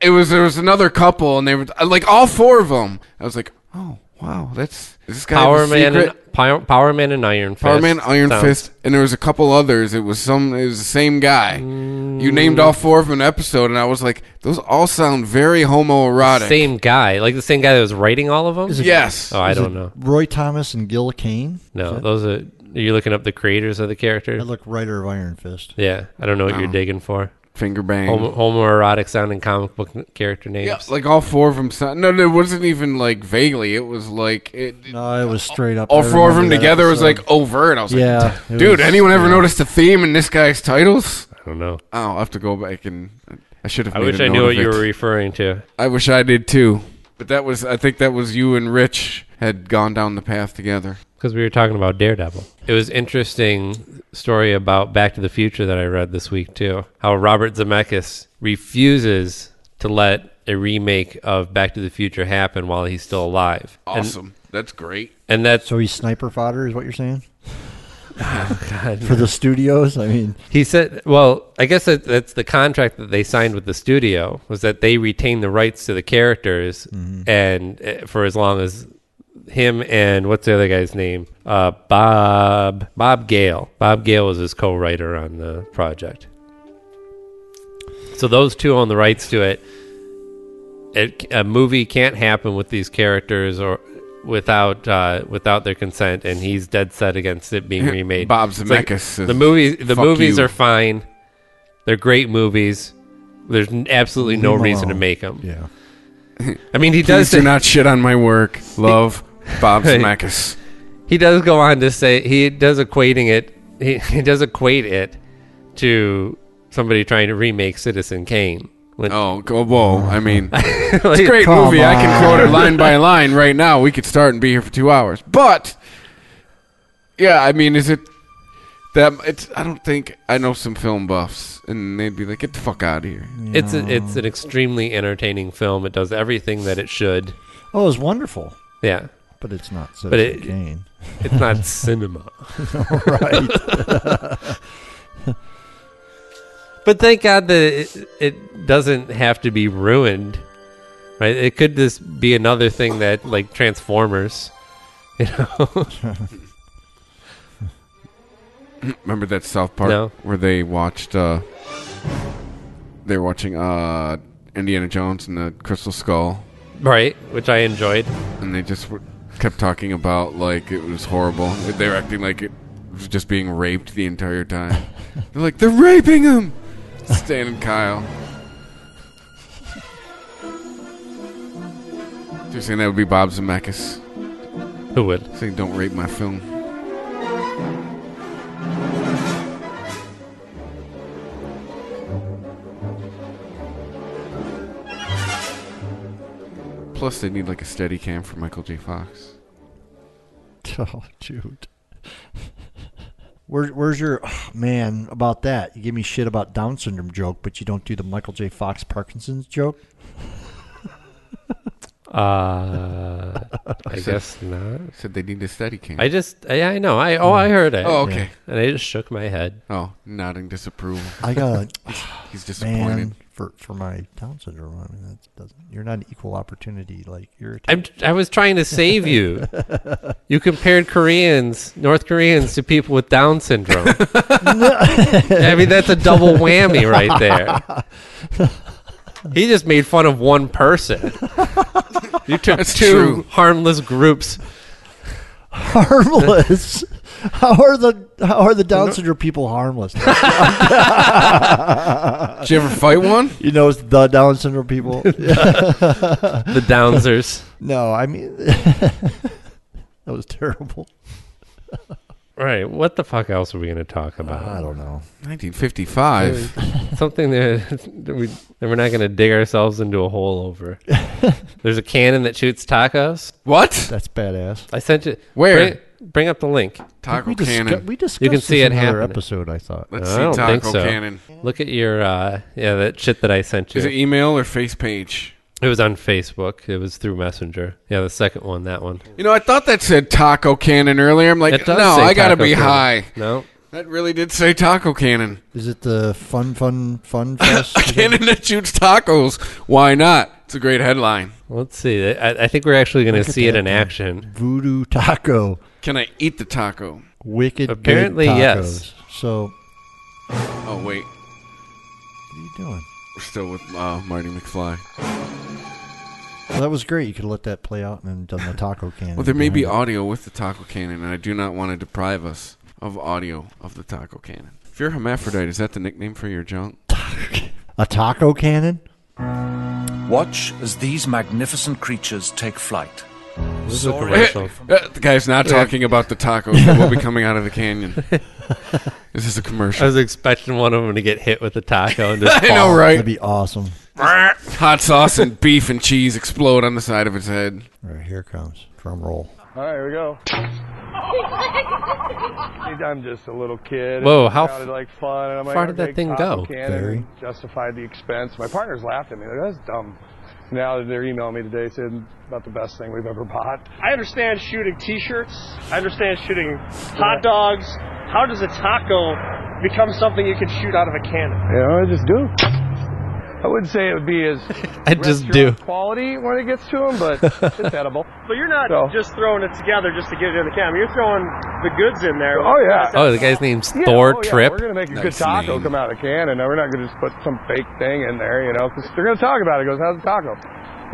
S2: it was there was another couple, and they were like all four of them. I was like, oh wow, that's is this guy have a
S5: Power Man,
S2: secret?
S5: and, Power, Power Man and Iron Fist.
S2: Power Man, Iron
S5: Sounds-
S2: Fist, and there was a couple others. It was some. It was the same guy. You named all four of them in an episode, and I was like, those all sound very homoerotic.
S5: Same guy, like the same guy that was writing all of them.
S2: Yes.
S5: Oh, I
S3: Is
S5: don't
S3: it
S5: know.
S3: Roy Thomas and Gil Kane.
S5: No, those are. Are you looking up the creators of the
S3: I
S5: characters?
S3: look writer of Iron Fist.
S5: Yeah, I don't know what
S2: Oh.
S5: you're digging for.
S2: Finger bang.
S5: Homo, homoerotic sounding comic book n- character names.
S2: yeah, like all four of them. Sound, no, no, it wasn't even like vaguely. It was like it,
S3: No, it was straight up.
S2: all
S3: I
S2: four of them
S3: remember that
S2: together was
S3: episode.
S2: like overt. I was
S3: Yeah,
S2: (laughs) like,
S3: it
S2: dude,
S3: was-
S2: anyone ever noticed a theme in this guy's titles?
S5: I don't know.
S2: Oh, I'll have to go back and I should have.
S5: I
S2: made
S5: wish
S2: a
S5: I knew
S2: note
S5: what
S2: of
S5: you
S2: it.
S5: were referring to.
S2: I wish I did too. But that was. I think that was you and Rich had gone down the path together.
S5: because we were talking about Daredevil. It was interesting story about Back to the Future that I read this week too. How Robert Zemeckis refuses to let a remake of Back to the Future happen while he's still alive. And-
S2: Awesome. That's great.
S5: And, that's
S3: So he's sniper fodder, is what
S5: (laughs)
S3: you're saying?
S5: Oh,
S3: For the studios, I mean,
S5: he said. Well, I guess that, that's the contract that they signed with the studio was that they retain the rights to the characters and uh, for as long as him and what's the other guy's name? Uh, Bob Bob Gale. Bob Gale was his co-writer on the project. So those two own the rights to it. it a movie can't happen with these characters or without uh, without their consent, and he's dead set against
S2: (laughs)
S5: it being remade.
S2: Bob
S5: It's like,
S2: Zemeckis is-
S5: the movie. The
S2: fuck
S5: movies
S2: you.
S5: are fine. They're great movies. There's n- absolutely no
S3: him
S5: reason to
S3: alone.
S5: make them.
S3: yeah.
S5: I mean, he
S2: Please
S5: does
S2: do not shit on my work.
S5: (laughs)
S2: Love, Bob
S5: Hey.
S2: Zemeckis.
S5: he does go on to say he does equating it he, (laughs) he does equate it to somebody trying to remake Citizen Kane. When,
S2: Oh, go- whoa! I mean, it's
S5: (laughs) Like,
S2: a great
S5: come
S2: movie. I can quote it
S5: on.
S2: line
S5: (laughs)
S2: by line right now. We could start and be here for two hours. But yeah, I mean, is it that? It's. I don't think I know some film buffs, and they'd be like, "Get the fuck out of here."
S5: It's a, it's an extremely entertaining film. It does everything that it should.
S3: Oh, it was wonderful.
S5: Yeah,
S3: But it's not Citizen
S5: But it- (laughs)
S3: (laughs) Kane.
S2: (laughs)
S5: it's not cinema.
S3: right.
S5: But thank God that it, it doesn't have to be ruined, right? It could just be another thing that like Transformers, you know.
S2: Remember that South Park
S5: No.
S2: where they watched uh they were watching uh Indiana Jones and the Crystal Skull
S5: Right, which I enjoyed.
S2: and they just were, kept talking about like it was horrible. They were acting like it was just being raped the entire time. They're like they're raping him. Stan and Kyle. Just saying that would be Bob Zemeckis
S5: Who would?
S2: saying don't rape my film. Plus, they need like a steady cam for Michael J. Fox.
S3: oh, dude. Where, where's your oh, man about that? You give me shit about Down syndrome joke, but you don't do the Michael J. Fox Parkinson's joke.
S2: (laughs)
S5: Uh, I guess not.
S2: Said they need a steady cam.
S5: I just, yeah, I know. I oh, I heard it.
S2: Oh, okay.
S5: And I just shook my head.
S2: oh, nodding disapproval.
S3: I got
S5: (laughs)
S2: He's disappointed.
S3: man for for my Down syndrome. I mean, that doesn't. You're not an equal opportunity. Like you're.
S5: I'm, I was trying to save you. you compared Koreans, North Koreans, to people with Down
S2: (laughs)
S5: syndrome. I mean, that's a double whammy right there. He just made fun of one person. You took
S2: That's
S5: two
S2: true.
S5: harmless groups.
S3: (laughs) harmless. (laughs) how are the how are the Down syndrome people harmless? Uh,
S2: Did you ever fight one?
S3: you know, it's the Down syndrome
S5: (laughs)
S3: people.
S5: The Downsers.
S3: no, I mean (laughs) that was terrible.
S5: All right. What the fuck else are we going to talk about?
S3: I don't know.
S2: 1955.
S5: something that, (laughs) that we that we're not going to dig ourselves into a
S2: (laughs)
S5: hole over. There's a cannon that shoots tacos.
S2: what?
S3: That's badass.
S5: I sent you.
S2: Where?
S5: Bring, bring up the link.
S2: Taco
S3: we, discu-
S2: cannon.
S3: we discussed
S5: You can see it
S3: this in another
S5: happening.
S3: episode. I thought
S2: Let's
S5: I
S2: see
S5: don't think
S2: taco
S5: so.
S2: cannon.
S5: Look at your uh, yeah that shit that I sent you.
S2: Is it
S5: It,
S2: email or face page?
S5: was on Facebook. It was through Messenger. Yeah, the second one, that one.
S2: You know, I thought that said taco cannon earlier. I'm
S5: It
S2: like, no,
S5: does say
S2: I gotta
S5: taco
S2: be
S5: cannon.
S2: high.
S5: No,
S2: That really did say taco
S3: (laughs)
S2: cannon.
S3: is it the fun fun fun
S2: (laughs)
S3: fest?
S2: A cannon that shoots tacos. Why not? It's a great headline.
S5: let's see. I, I think we're actually going to see it
S3: that
S5: in action.
S3: Voodoo taco,
S2: Can I eat the taco?
S3: wicked. good
S5: Apparently,
S3: tacos.
S5: yes.
S3: So what
S2: Oh wait,
S3: are you doing?
S2: we're still with uh, Marty McFly.
S3: Well, that was great. You could let that play out and then done the taco cannon.
S2: Well, there may be
S3: behind
S2: audio with the taco cannon, and I do not want to deprive us of audio of the taco cannon. If you're hermaphrodite, is that the nickname for your junk?
S3: it. a taco cannon.
S12: Watch as these magnificent creatures take flight.
S5: This is a
S12: Sorry.
S2: (laughs)
S5: commercial.
S2: Uh, the guy's not talking about the tacos that will be coming out of the canyon. This is a
S5: I
S2: commercial.
S5: was expecting one of them to get hit with a taco and
S2: (laughs)
S5: just
S2: I
S5: fall.
S2: know,
S3: That'd
S2: right?
S3: be awesome.
S2: Hot sauce and beef and cheese explode on the side of his head.
S3: All right, here it comes drum roll.
S13: All right, here we go. I'm just a little kid.
S5: Whoa, how
S13: It sounded like fun. And I'm like,
S5: far did that
S13: okay,
S5: thing
S13: cotton
S5: go?
S13: cannon,
S3: Very.
S13: Justified the expense. My partners laughed at me. Like, that's dumb. Now they're emailing me today saying about the best thing we've ever bought.
S11: I understand shooting T-shirts. I understand shooting hot dogs. How does a taco become something you can shoot out of a cannon?
S13: You know, I just do. I wouldn't say it would be as
S5: I just do.
S13: restaurant quality when it gets to them, but it's edible.
S11: But you're not
S13: So-
S11: just throwing it together just to get it in the cannon. You're throwing the goods in there.
S13: Oh yeah.
S5: Oh, the guy's name's
S13: Yeah,
S5: Thor
S13: oh, yeah,
S5: Trip.
S13: We're gonna make a good
S2: Nice
S13: taco
S2: name.
S13: come out of the can, and we're not gonna just put some fake thing in there, you know, 'cause they're gonna talk about it. Goes, how's the taco?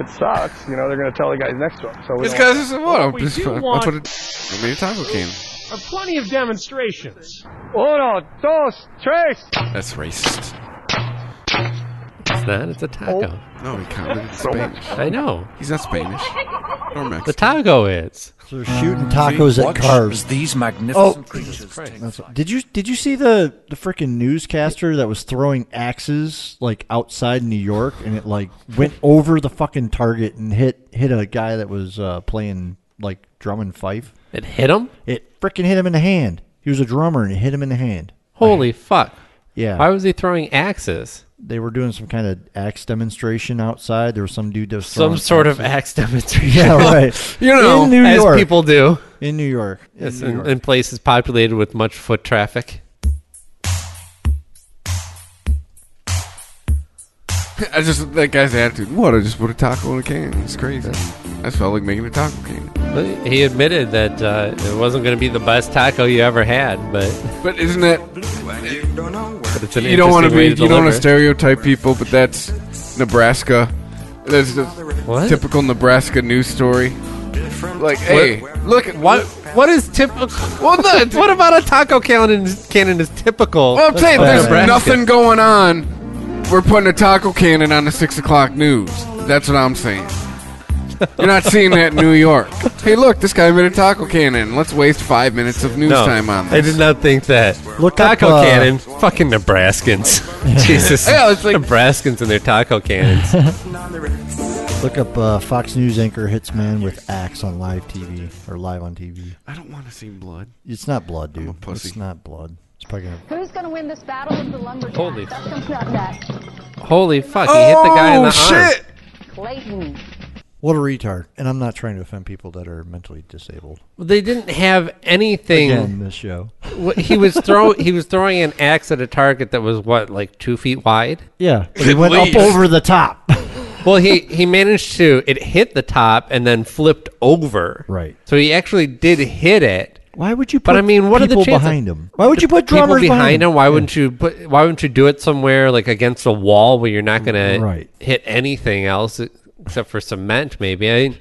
S13: It sucks, you know. They're gonna tell the guys next to him. So we
S2: This
S13: don't-
S2: guy's just what? I'm
S11: we
S2: just,
S11: do
S2: that's
S11: want-
S2: what it. I made a taco can.
S11: Are plenty of demonstrations.
S13: Uno, dos, tres.
S2: That's racist.
S5: it's not. It's a taco.
S2: No, he commented in Spanish.
S5: I know.
S2: He's not
S11: (laughs)
S2: Spanish. Or Mexican.
S5: The taco is.
S3: So they're shooting tacos at
S12: Watch
S3: cars.
S12: as these magnificent creatures take
S3: Oh. That's- did you did you see the the freaking newscaster that was throwing axes like outside New York and it like went
S12: (laughs)
S3: over the fucking target and hit hit a guy that was uh, playing like drum and fife.
S5: It hit him.
S3: It freaking hit him in the hand. He was a drummer and it hit him in the hand.
S5: Holy fuck.
S3: Yeah.
S5: Why was he throwing axes?
S3: They were doing some kind of axe demonstration outside. There was some dude that was
S5: Some
S3: throwing
S5: sort of
S3: axes.
S5: axe demonstration.
S3: (laughs) Yeah, right.
S5: (laughs) you know,
S3: in New
S5: as
S3: York.
S5: people do.
S3: in New York. In
S5: Yes,
S3: New
S5: in,
S3: York.
S5: in places populated with much foot traffic.
S2: (laughs) I just that guy's attitude. What? I just put a taco in a can. It's crazy. I just felt like making a taco can.
S5: He admitted that uh, it wasn't going to be the best taco you ever had, but
S2: But isn't that
S5: but (laughs) it's an
S2: you don't want to
S5: interesting
S2: be
S5: way
S2: you don't want to
S5: to deliver it.
S2: stereotype people? But that's Nebraska. That's just
S5: What?
S2: typical Nebraska news story. Like, hey, look at
S5: what what is typical? Well,
S2: no,
S5: (laughs) what about a taco cannon? Cannon is typical.
S2: Well, I'm saying
S5: of
S2: there's
S5: Nebraska.
S2: nothing going on. We're putting a taco cannon on the six o'clock news. That's what I'm saying. You're not seeing that in New York. Hey, look, this guy made a taco cannon. Let's waste five minutes of news
S5: No,
S2: time on
S5: I
S2: this.
S5: did not think that.
S3: Look up,
S5: taco
S3: uh,
S5: cannon, fucking
S3: (laughs)
S5: Nebraskans. Jesus,
S2: Yeah, it's like-
S5: Nebraskans and their taco cannons.
S3: (laughs) Look up uh, Fox News anchor hits man with axe on live TV or live on TV.
S2: I don't want to see (laughs) blood.
S3: It's not blood, dude.
S2: a pussy.
S3: It's not blood. It's probably gonna.
S14: Who's going to win this battle of the lumberjack?
S5: Holy-
S14: That's going to be our bet.
S5: Holy fuck! He hit the guy in the
S2: Oh,
S5: arm.
S14: Clayton.
S3: What a retard! And I'm not trying to offend people that are mentally disabled.
S5: Well, They didn't have anything.
S3: Again, this show.
S5: Wh- he was throw he was throwing an axe at a target that was what like two feet wide.
S3: Yeah, but he went up over the (laughs) top.
S5: Well, he he managed to it hit the top and then flipped over.
S3: Right.
S5: So he actually did hit it.
S3: Why would you? Put
S5: But I mean, what are the
S3: people
S5: chances?
S3: behind him? Why would you put
S5: people
S3: drummers
S5: behind him?
S3: him?
S5: Why wouldn't you put? Why wouldn't you do it somewhere like against a wall where you're not going
S3: Right.
S5: to hit anything else e, except for cement? Maybe. I
S3: (laughs)
S5: mean,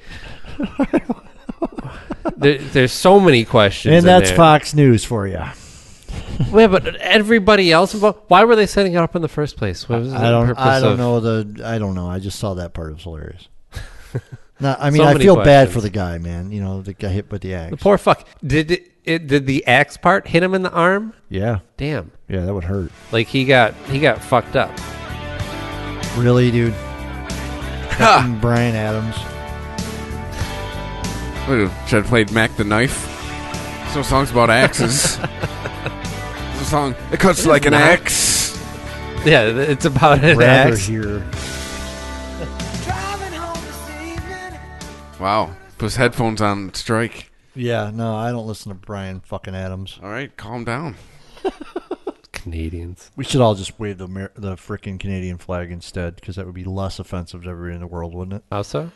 S5: there, there's so many questions.
S3: And
S5: in
S3: that's
S5: there.
S3: Fox News for you.
S5: Yeah, but everybody else involved. Why were they setting it up in the first place? What was the
S3: I don't.
S5: purpose
S3: I don't
S5: of-
S3: know the. I don't know. I just saw that part. It
S5: (laughs)
S3: was hilarious. No, I mean,
S5: So
S3: I
S5: many
S3: feel bad
S5: questions.
S3: for the guy, man. You know, the guy hit with the axe.
S5: The poor fuck. Did it, it? Did the axe part hit him in the arm?
S3: Yeah,
S5: Damn.
S3: yeah, that would hurt.
S5: Like he got he got fucked up.
S3: Really, dude. Fucking Brian Adams.
S2: Should have played Mac the Knife. There's no songs about (laughs) axes. There's a song that cuts like an
S5: not.
S2: axe.
S5: Yeah, th- it's about an
S3: Rather
S5: axe.
S3: here.
S2: Wow. Put his headphones on strike.
S3: Yeah, no, I don't listen to Brian fucking Adams.
S2: All right, calm down.
S5: Canadians.
S3: We should all just wave the Amer- the freaking Canadian flag instead, because that would be less offensive to everybody in the world, wouldn't it?
S5: Also,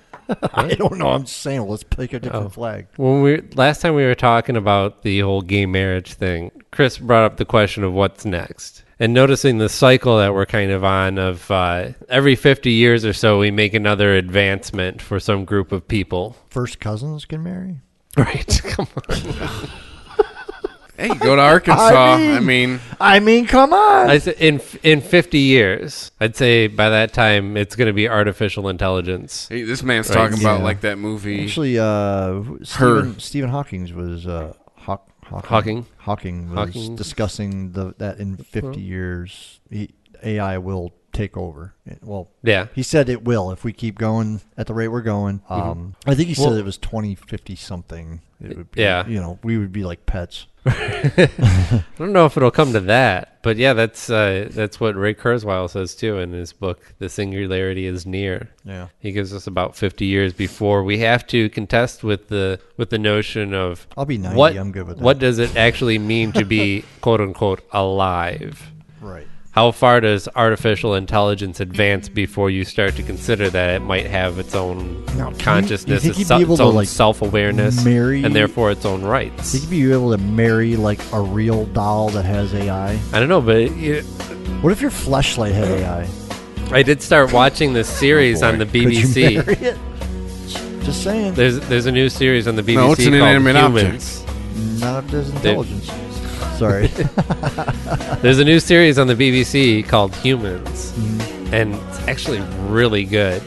S3: I don't know. I'm just saying, let's pick a different
S5: Oh.
S3: flag.
S5: when we last time we were talking about the whole gay marriage thing, Chris brought up the question of what's next. And noticing the cycle that we're kind of on of uh, every 50 years or so, we make another advancement for some group of people.
S3: First cousins can marry.
S5: Right. Come on.
S2: Hey, you go to Arkansas. (laughs) I mean,
S3: I mean, come on.
S5: I said in in 50 years, I'd say by that time it's going to be artificial intelligence.
S2: hey, this man's
S5: Right.
S2: talking about
S3: Yeah.
S2: like that movie.
S3: Actually, uh,
S2: Her.
S3: Stephen, Stephen Hawking was uh, Hawk, Hawking,
S5: Hawking?
S3: Hawking was
S5: Hawking.
S3: discussing the that in 50 years he, AI will take over. It- Well,
S5: Yeah. Mm-hmm.
S3: he said it will if we keep going at the rate we're going. Um, I think he said
S5: Well-
S3: it was 2050 something. It would be,
S5: Yeah.
S3: you know, we would be like pets.
S5: (laughs) I don't know if it'll come to that, but yeah, that's uh, that's what Ray Kurzweil says too in his book "The Singularity Is Near."
S3: Yeah.
S5: he gives us about 50 years before we have to contest with the with the notion of
S3: I'll be 90,
S5: What,
S3: I'm good with
S5: What
S3: that.
S5: does it actually mean to
S3: (laughs)
S5: be quote unquote alive?
S3: Right.
S5: How far does artificial intelligence advance before you start to consider that it might have its own
S3: Now, can
S5: consciousness,
S3: you- you
S5: its,
S3: think you'd
S5: its
S3: be able to,
S5: own
S3: like,
S5: self-awareness,
S3: marry-
S5: and therefore its own
S3: Think
S5: rights?
S3: you'd be able to marry like a real doll that has AI?
S5: I don't know, but it,
S3: What if your fleshlight had AI?
S5: I did start watching this
S2: Oh,
S5: series on the
S3: Could you
S5: BBC.
S3: marry
S5: (laughs)
S3: it? Just saying.
S5: There's there's a new series on the BBC
S2: No, it's an
S5: called
S2: inanimate object.
S5: Humans.
S3: Not if there's intelligence. Sorry.
S5: (laughs) There's a new series on the BBC called Humans, and actually really good.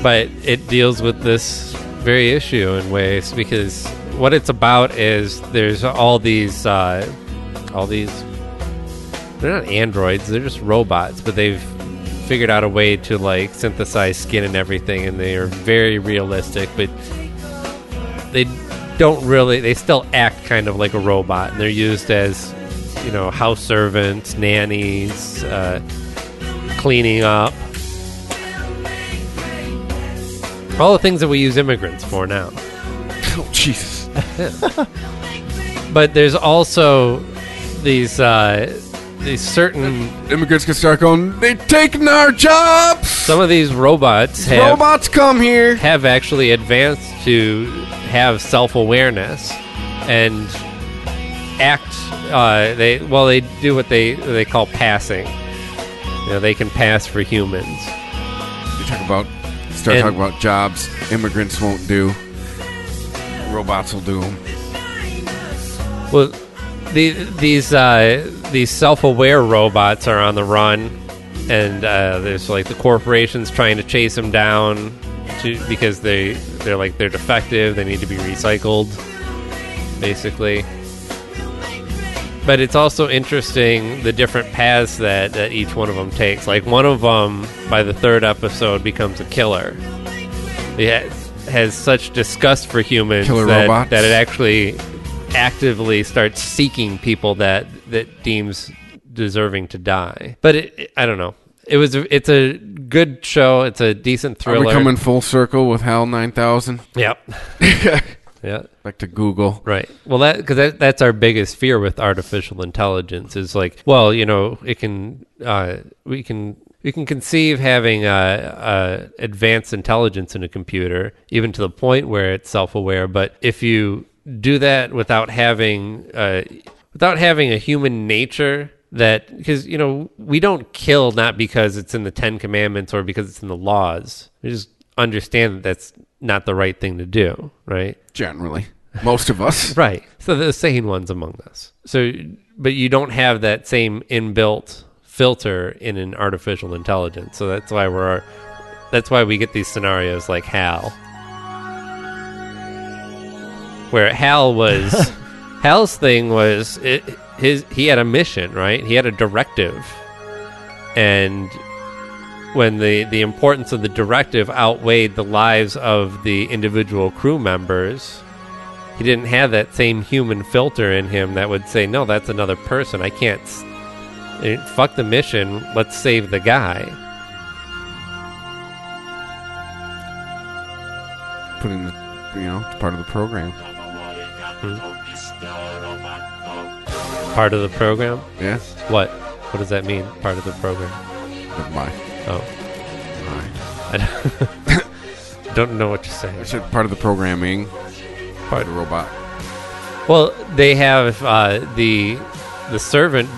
S5: But it deals with this very issue in ways because what it's about is there's all these uh, all these they're not androids they're just robots but they've figured out a way to like synthesize skin and everything and they are very realistic but they don't really they still act kind of like a robot and they're used as you know house servants nannies uh, cleaning up all the things that we use immigrants for now
S2: oh jesus
S5: but there's also these uh, these certain
S2: immigrants can start going. They taking our jobs. Some
S5: of these robots have
S2: robots come here
S5: have actually advanced to have self awareness and act. Uh, they well, they do what they they call passing. You know, they can pass for humans.
S2: You talk about start
S5: And-
S2: talking about jobs immigrants won't do. Robots will do 'em.
S5: Well, the, these uh, these self-aware robots are on the run, and uh, there's like the corporations trying to chase them down to, because they they're like they're defective. They need to be recycled, basically. But it's also interesting the different paths that, that each one of them takes. Like one of them, by the third episode, becomes a killer. He ha- has such disgust for humans
S2: Killer
S5: that,
S2: robots.
S5: that it actually actively starts seeking people that that deems deserving to die. But it, it- I don't know. It was it's a good show. It's a decent
S2: Are
S5: thriller.
S2: we coming full circle with HAL 9000? (laughs)
S5: Yep. yeah.
S2: Back to Google.
S5: Right. Well, that because that, that's our biggest fear with artificial intelligence is like, well, you know, it can, uh, we can, we can conceive having uh, uh, advanced intelligence in a computer, even to the point where it's self-aware. But if you do that without having, uh, without having a human nature that because you know we don't kill not because it's in the Ten Commandments or because it's in the laws. We just understand that that's not the right thing to do, right?
S2: Generally. Most of
S5: (laughs)
S2: us.
S5: right. So the sane ones among us. So, but you don't have that same inbuilt filter in an artificial intelligence. So that's why we're, that's why we get these scenarios like Hal, where Hal was, Hal's thing was it, his he had a mission, right? He had a directive, and when the, the importance of the directive outweighed the lives of the individual crew members, he didn't have that same human filter in him that would say, no, that's another person. I can't. s- eh, Fuck the mission. Let's save the guy.
S2: Put in the, you know, it's part of the program.
S5: Part of the program?
S2: Yeah.
S5: What? What does that mean? Part of the program?
S2: My.
S5: Oh. I (laughs) don't- don't know what you're saying.
S2: It's just part of the programming. Part of the robot.
S5: Well, they have uh, the the servant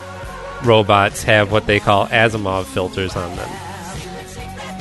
S5: robots have what they call Asimov filters on them,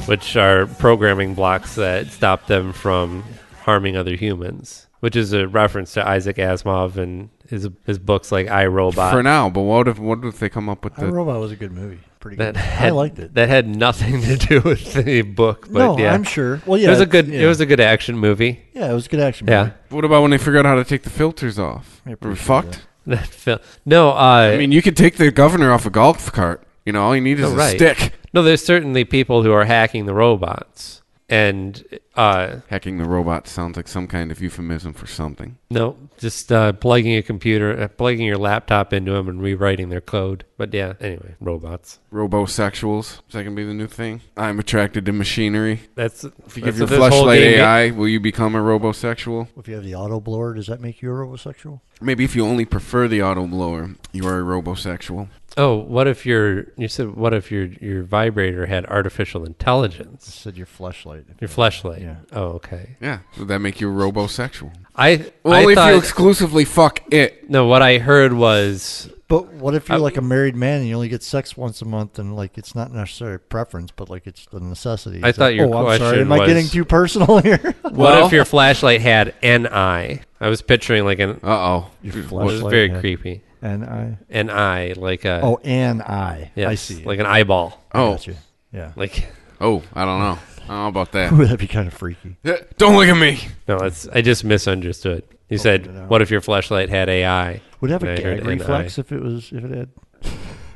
S5: which are programming blocks that stop them from harming other humans. Which is a reference to Isaac Asimov and his his books like I Robot.
S2: For now, but what if what if they come up with
S3: I
S2: the
S3: Robot was a good movie. Pretty
S5: That
S3: good.
S5: had,
S3: I liked it.
S5: That had nothing to do (laughs) with the book, but
S3: No,
S5: yeah.
S3: I'm sure. Well, yeah,
S5: it was a good. It
S3: yeah.
S5: was a good action movie.
S3: Yeah, it was a good action
S5: Yeah,
S3: movie.
S2: What about when they figure out how to take the filters off? Are we fucked?
S5: That fil- no, uh, I
S2: mean, you could take the governor off a golf cart. You know, all you need is
S5: Oh,
S2: a
S5: right.
S2: stick.
S5: No, there's certainly people who are hacking the robots, and uh,
S2: Hacking the robot sounds like some kind of euphemism for something.
S5: no, just uh, plugging a computer, uh, plugging your laptop into them, and rewriting their code. But yeah, anyway, robots.
S2: Robosexuals. Is that going to be the new thing? I'm attracted to machinery.
S5: That's
S2: If you give
S5: that's
S2: your
S5: what this whole
S2: flashlight
S5: game-
S2: AI, will you become a robosexual?
S3: If you have the auto blower, does that make you a robosexual?
S2: Maybe if you only prefer the auto blower, you are a robosexual.
S5: Oh, what if your you said what if your your vibrator had artificial intelligence?
S3: said your flashlight.
S5: Your flashlight.
S3: Yeah.
S5: Oh, okay.
S2: Yeah. Would that make you a robosexual?
S5: I
S2: Only
S5: I
S2: if
S5: thought-
S2: you exclusively fuck it.
S5: No, what I heard was
S3: But what if you're like a married man and you only get sex once a month and like it's not necessarily a preference, but like it's the necessity?
S5: I
S3: It's
S5: thought
S3: like,
S5: your
S3: oh, I'm
S5: question
S3: sorry. Am I
S5: was-
S3: getting too personal
S5: (laughs)
S3: here?
S5: What if your flashlight had NI? I was picturing like an. Uh oh.
S3: Your
S5: It was
S3: flashlight
S5: very
S3: had
S5: creepy.
S3: NI?
S5: An eye, like a.
S3: Oh, an eye. I
S5: Yes,
S3: see.
S5: Like an eyeball.
S3: I Oh. got you. Yeah.
S5: Like. (laughs)
S2: Oh, I don't know. I don't know about that. (laughs)
S3: (laughs) That'd be kind of freaky.
S2: Yeah, Don't look at me.
S5: No, it's, I just misunderstood. You said, "What if your flashlight had AI?"
S3: Oh, Would it have a
S5: And I heard
S3: gag
S5: NI.
S3: reflex if it was if it had?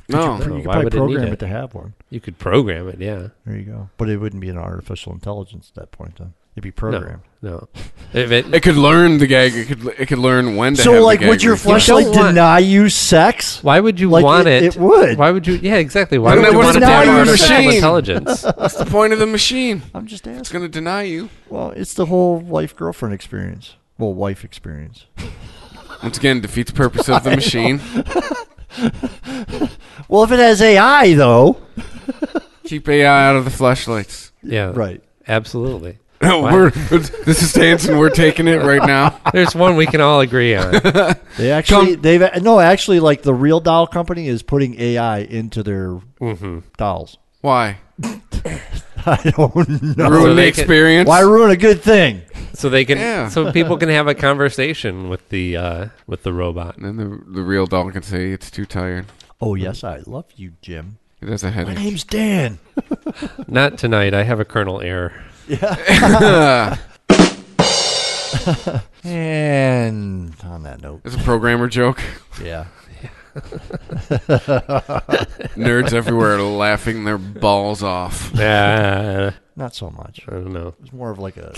S2: No.
S3: you, pr-
S5: Why
S3: you could probably
S5: would it need
S3: program it,
S5: it?
S3: to have one.
S5: You could program it, yeah.
S3: There you go. But it wouldn't be an artificial intelligence at that point. Then it'd be programmed.
S5: No.
S2: It could learn the gag. It could. It could learn when to. have
S3: So,
S2: the
S3: like,
S2: gag
S3: would your
S2: reflex.
S3: flashlight deny you sex?
S5: Why would you
S3: like,
S5: want it?
S3: it? would.
S5: Why would you? Yeah, exactly. Why
S3: (laughs) Then
S5: would
S3: that
S5: you want
S3: wouldn't
S5: it to
S3: deny
S5: have
S3: you
S5: artificial
S3: machine.
S5: intelligence?
S3: (laughs)
S2: That's the point of the machine.
S3: I'm just asking.
S2: It's going to deny you.
S3: Well, it's the whole wife girlfriend experience. Well, wife experience.
S2: Once again, defeats the purpose of
S3: (laughs) I
S2: the
S3: know.
S2: machine.
S3: Well, if it has AI though,
S2: Keep AI out of the flashlights. (laughs)
S5: Yeah.
S3: Right.
S5: Absolutely.
S2: No,
S5: Why-
S2: we're this is Stanson. We're taking it right now.
S5: There's one we can all agree on.
S3: (laughs) they actually they've no actually like the real doll company is putting AI into their
S5: Mm-hmm.
S3: dolls. (laughs)
S2: Why?
S3: I
S2: Ruin
S3: don't know.
S5: So
S2: the
S5: they can-
S2: experience.
S3: Why ruin a good thing?
S5: So they can,
S2: Yeah.
S5: so people can have a conversation with the uh, with the robot.
S2: And then the the real doll can say it's too tired.
S3: Oh yes, I love you, Jim.
S2: It has a
S3: My
S2: headache.
S3: name's Dan.
S5: Not tonight. I have a kernel error. (laughs)
S2: (laughs)
S3: Yeah. and on that note,
S2: It's a programmer joke.
S3: yeah.
S2: Nerds everywhere are laughing their balls off.
S5: Yeah.
S3: Not so much.
S5: Ah, I don't know.
S3: It's more of
S5: (laughs)
S3: like a.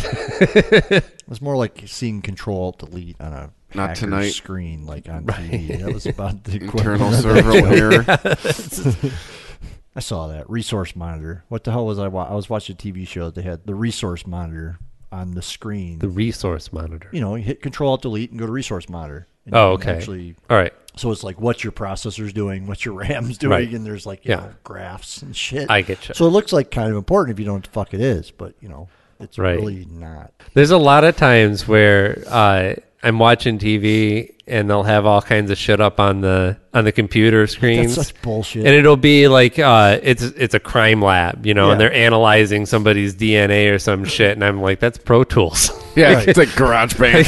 S3: it's more like seeing Control Delete on a
S2: Not
S3: hacker's
S2: tonight.
S3: screen,
S5: (laughs)
S3: like on TV. That was about the
S2: Internal
S3: equivalent of (laughs)
S2: (laughs) server
S3: that show. I saw that resource monitor. What the hell was I? Wa- I was watching a TV show. They had the resource monitor on the screen.
S5: The resource monitor.
S3: you know, you hit Control Alt Delete and go to resource monitor. And
S5: Oh,
S3: you can
S5: okay.
S3: Actually,
S5: All right.
S3: So it's like what your processor's doing, what your (laughs) RAM's doing,
S5: Right.
S3: and there's like you
S5: Yeah.
S3: know, graphs and shit.
S5: I getcha.
S3: So it looks like kind of important if you don't know what the fuck it is, but you know, it's
S5: Right.
S3: really not.
S5: There's a lot of times where uh, I'm watching TV and they'll have all kinds of shit up on the on the
S3: (laughs)
S5: computer screens.
S3: such bullshit.
S5: And it'll be like uh, it's it's a crime lab, you know, and
S3: Yeah.
S5: they're analyzing somebody's DNA or some shit, and I'm like, that's Pro Tools. (laughs)
S2: Yeah, it's like Garage Band.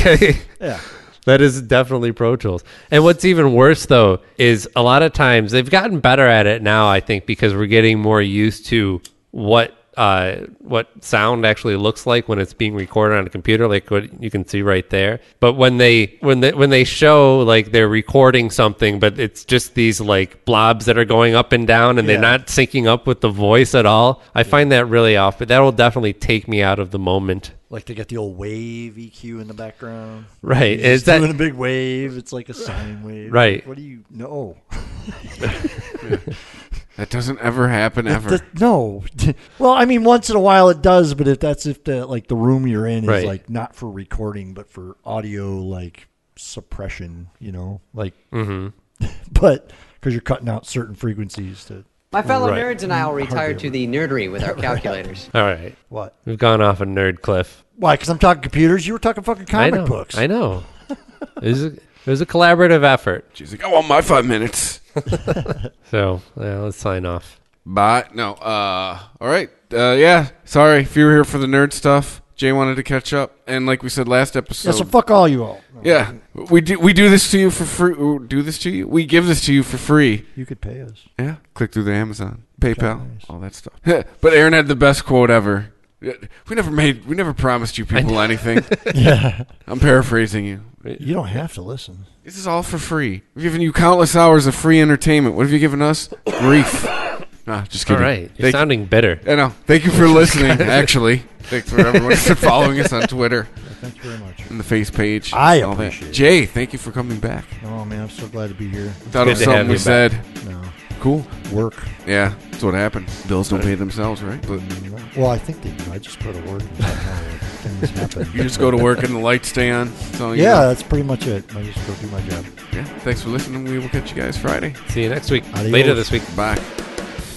S3: Yeah.
S5: That is definitely Pro Tools. And what's even worse, though, is a lot of times they've gotten better at it now, I think, because we're getting more used to what. Uh, what sound actually looks like when it's being recorded on a computer, like what you can see right there. But when they when they when they show like they're recording something, but it's just these like blobs that are going up and down, and they're
S3: Yeah.
S5: not syncing up with the voice at all. I find that really off. But that will definitely take me out of the moment.
S3: Like they got the old wave EQ in the background.
S5: Right.
S3: It's
S5: Is that-
S3: doing a big wave? It's
S5: (sighs)
S3: like a sine wave.
S5: Right.
S3: What do you know?
S2: That doesn't ever happen
S3: That-
S2: ever.
S3: that- no. (laughs) well, I mean, once in a while it does, but if that's if the like the room you're in is
S5: Right.
S3: like not for recording, but for audio like suppression, you know, like,
S5: Mhm.
S3: (laughs) but because you're cutting out certain frequencies to.
S15: My fellow
S5: Right.
S15: nerds and I will retire to the nerdery with our calculators.
S5: All right.
S3: What?
S5: We've gone off a nerd cliff.
S3: Why? Because I'm talking computers. You were talking fucking
S5: I
S3: comic
S5: know,
S3: books.
S5: I know. it, was a, it was a collaborative effort.
S2: She's like, I want my five minutes.
S5: So yeah, let's sign off.
S2: Bye. No. Uh. All right. Uh. Yeah. Sorry if you were here for the nerd stuff. Jay wanted to catch up, and like we said last episode.
S3: yeah, so fuck all you all.
S2: Yeah. We do. We do this to you for free. Do this to you. We give this to you for free.
S3: You could
S5: (laughs)
S3: pay us. (laughs)
S2: Yeah. Click through the Amazon, PayPal, all that stuff. (laughs) but Aaron had the best quote ever. We never made. We never promised you people
S5: (laughs)
S2: anything.
S3: Yeah.
S2: I'm paraphrasing you.
S3: You don't have to listen.
S2: This is all for free. We've given you countless hours of free entertainment. What have you given us?
S5: (coughs)
S2: Grief. Nah, just
S5: All
S2: kidding.
S5: right. You're sounding bitter.
S2: I know. Thank
S5: (laughs)
S2: you for listening, actually. Thanks for everyone for following us on Twitter.
S3: Thank you very much.
S2: And the face page.
S3: I
S2: all that.
S3: appreciate it.
S2: Jay, thank you for coming back.
S3: Oh man, I'm so glad to be here.
S2: Thought
S5: Good
S2: of
S5: to
S2: something
S5: have
S2: we
S5: you
S2: said.
S5: back.
S3: No.
S2: Cool.
S3: Work.
S2: Yeah, that's what happens. Bills don't pay themselves, right? But
S3: Well, I think they do. I just go to work. And that's how things happen.
S2: (laughs) you just go to work and the lights stay on. That's all you
S3: yeah,
S2: know.
S3: that's pretty much it. I just go do my job.
S2: yeah. Thanks for listening. We will catch you guys Friday.
S5: See you next week.
S3: Adios.
S5: Later this week.
S2: Bye.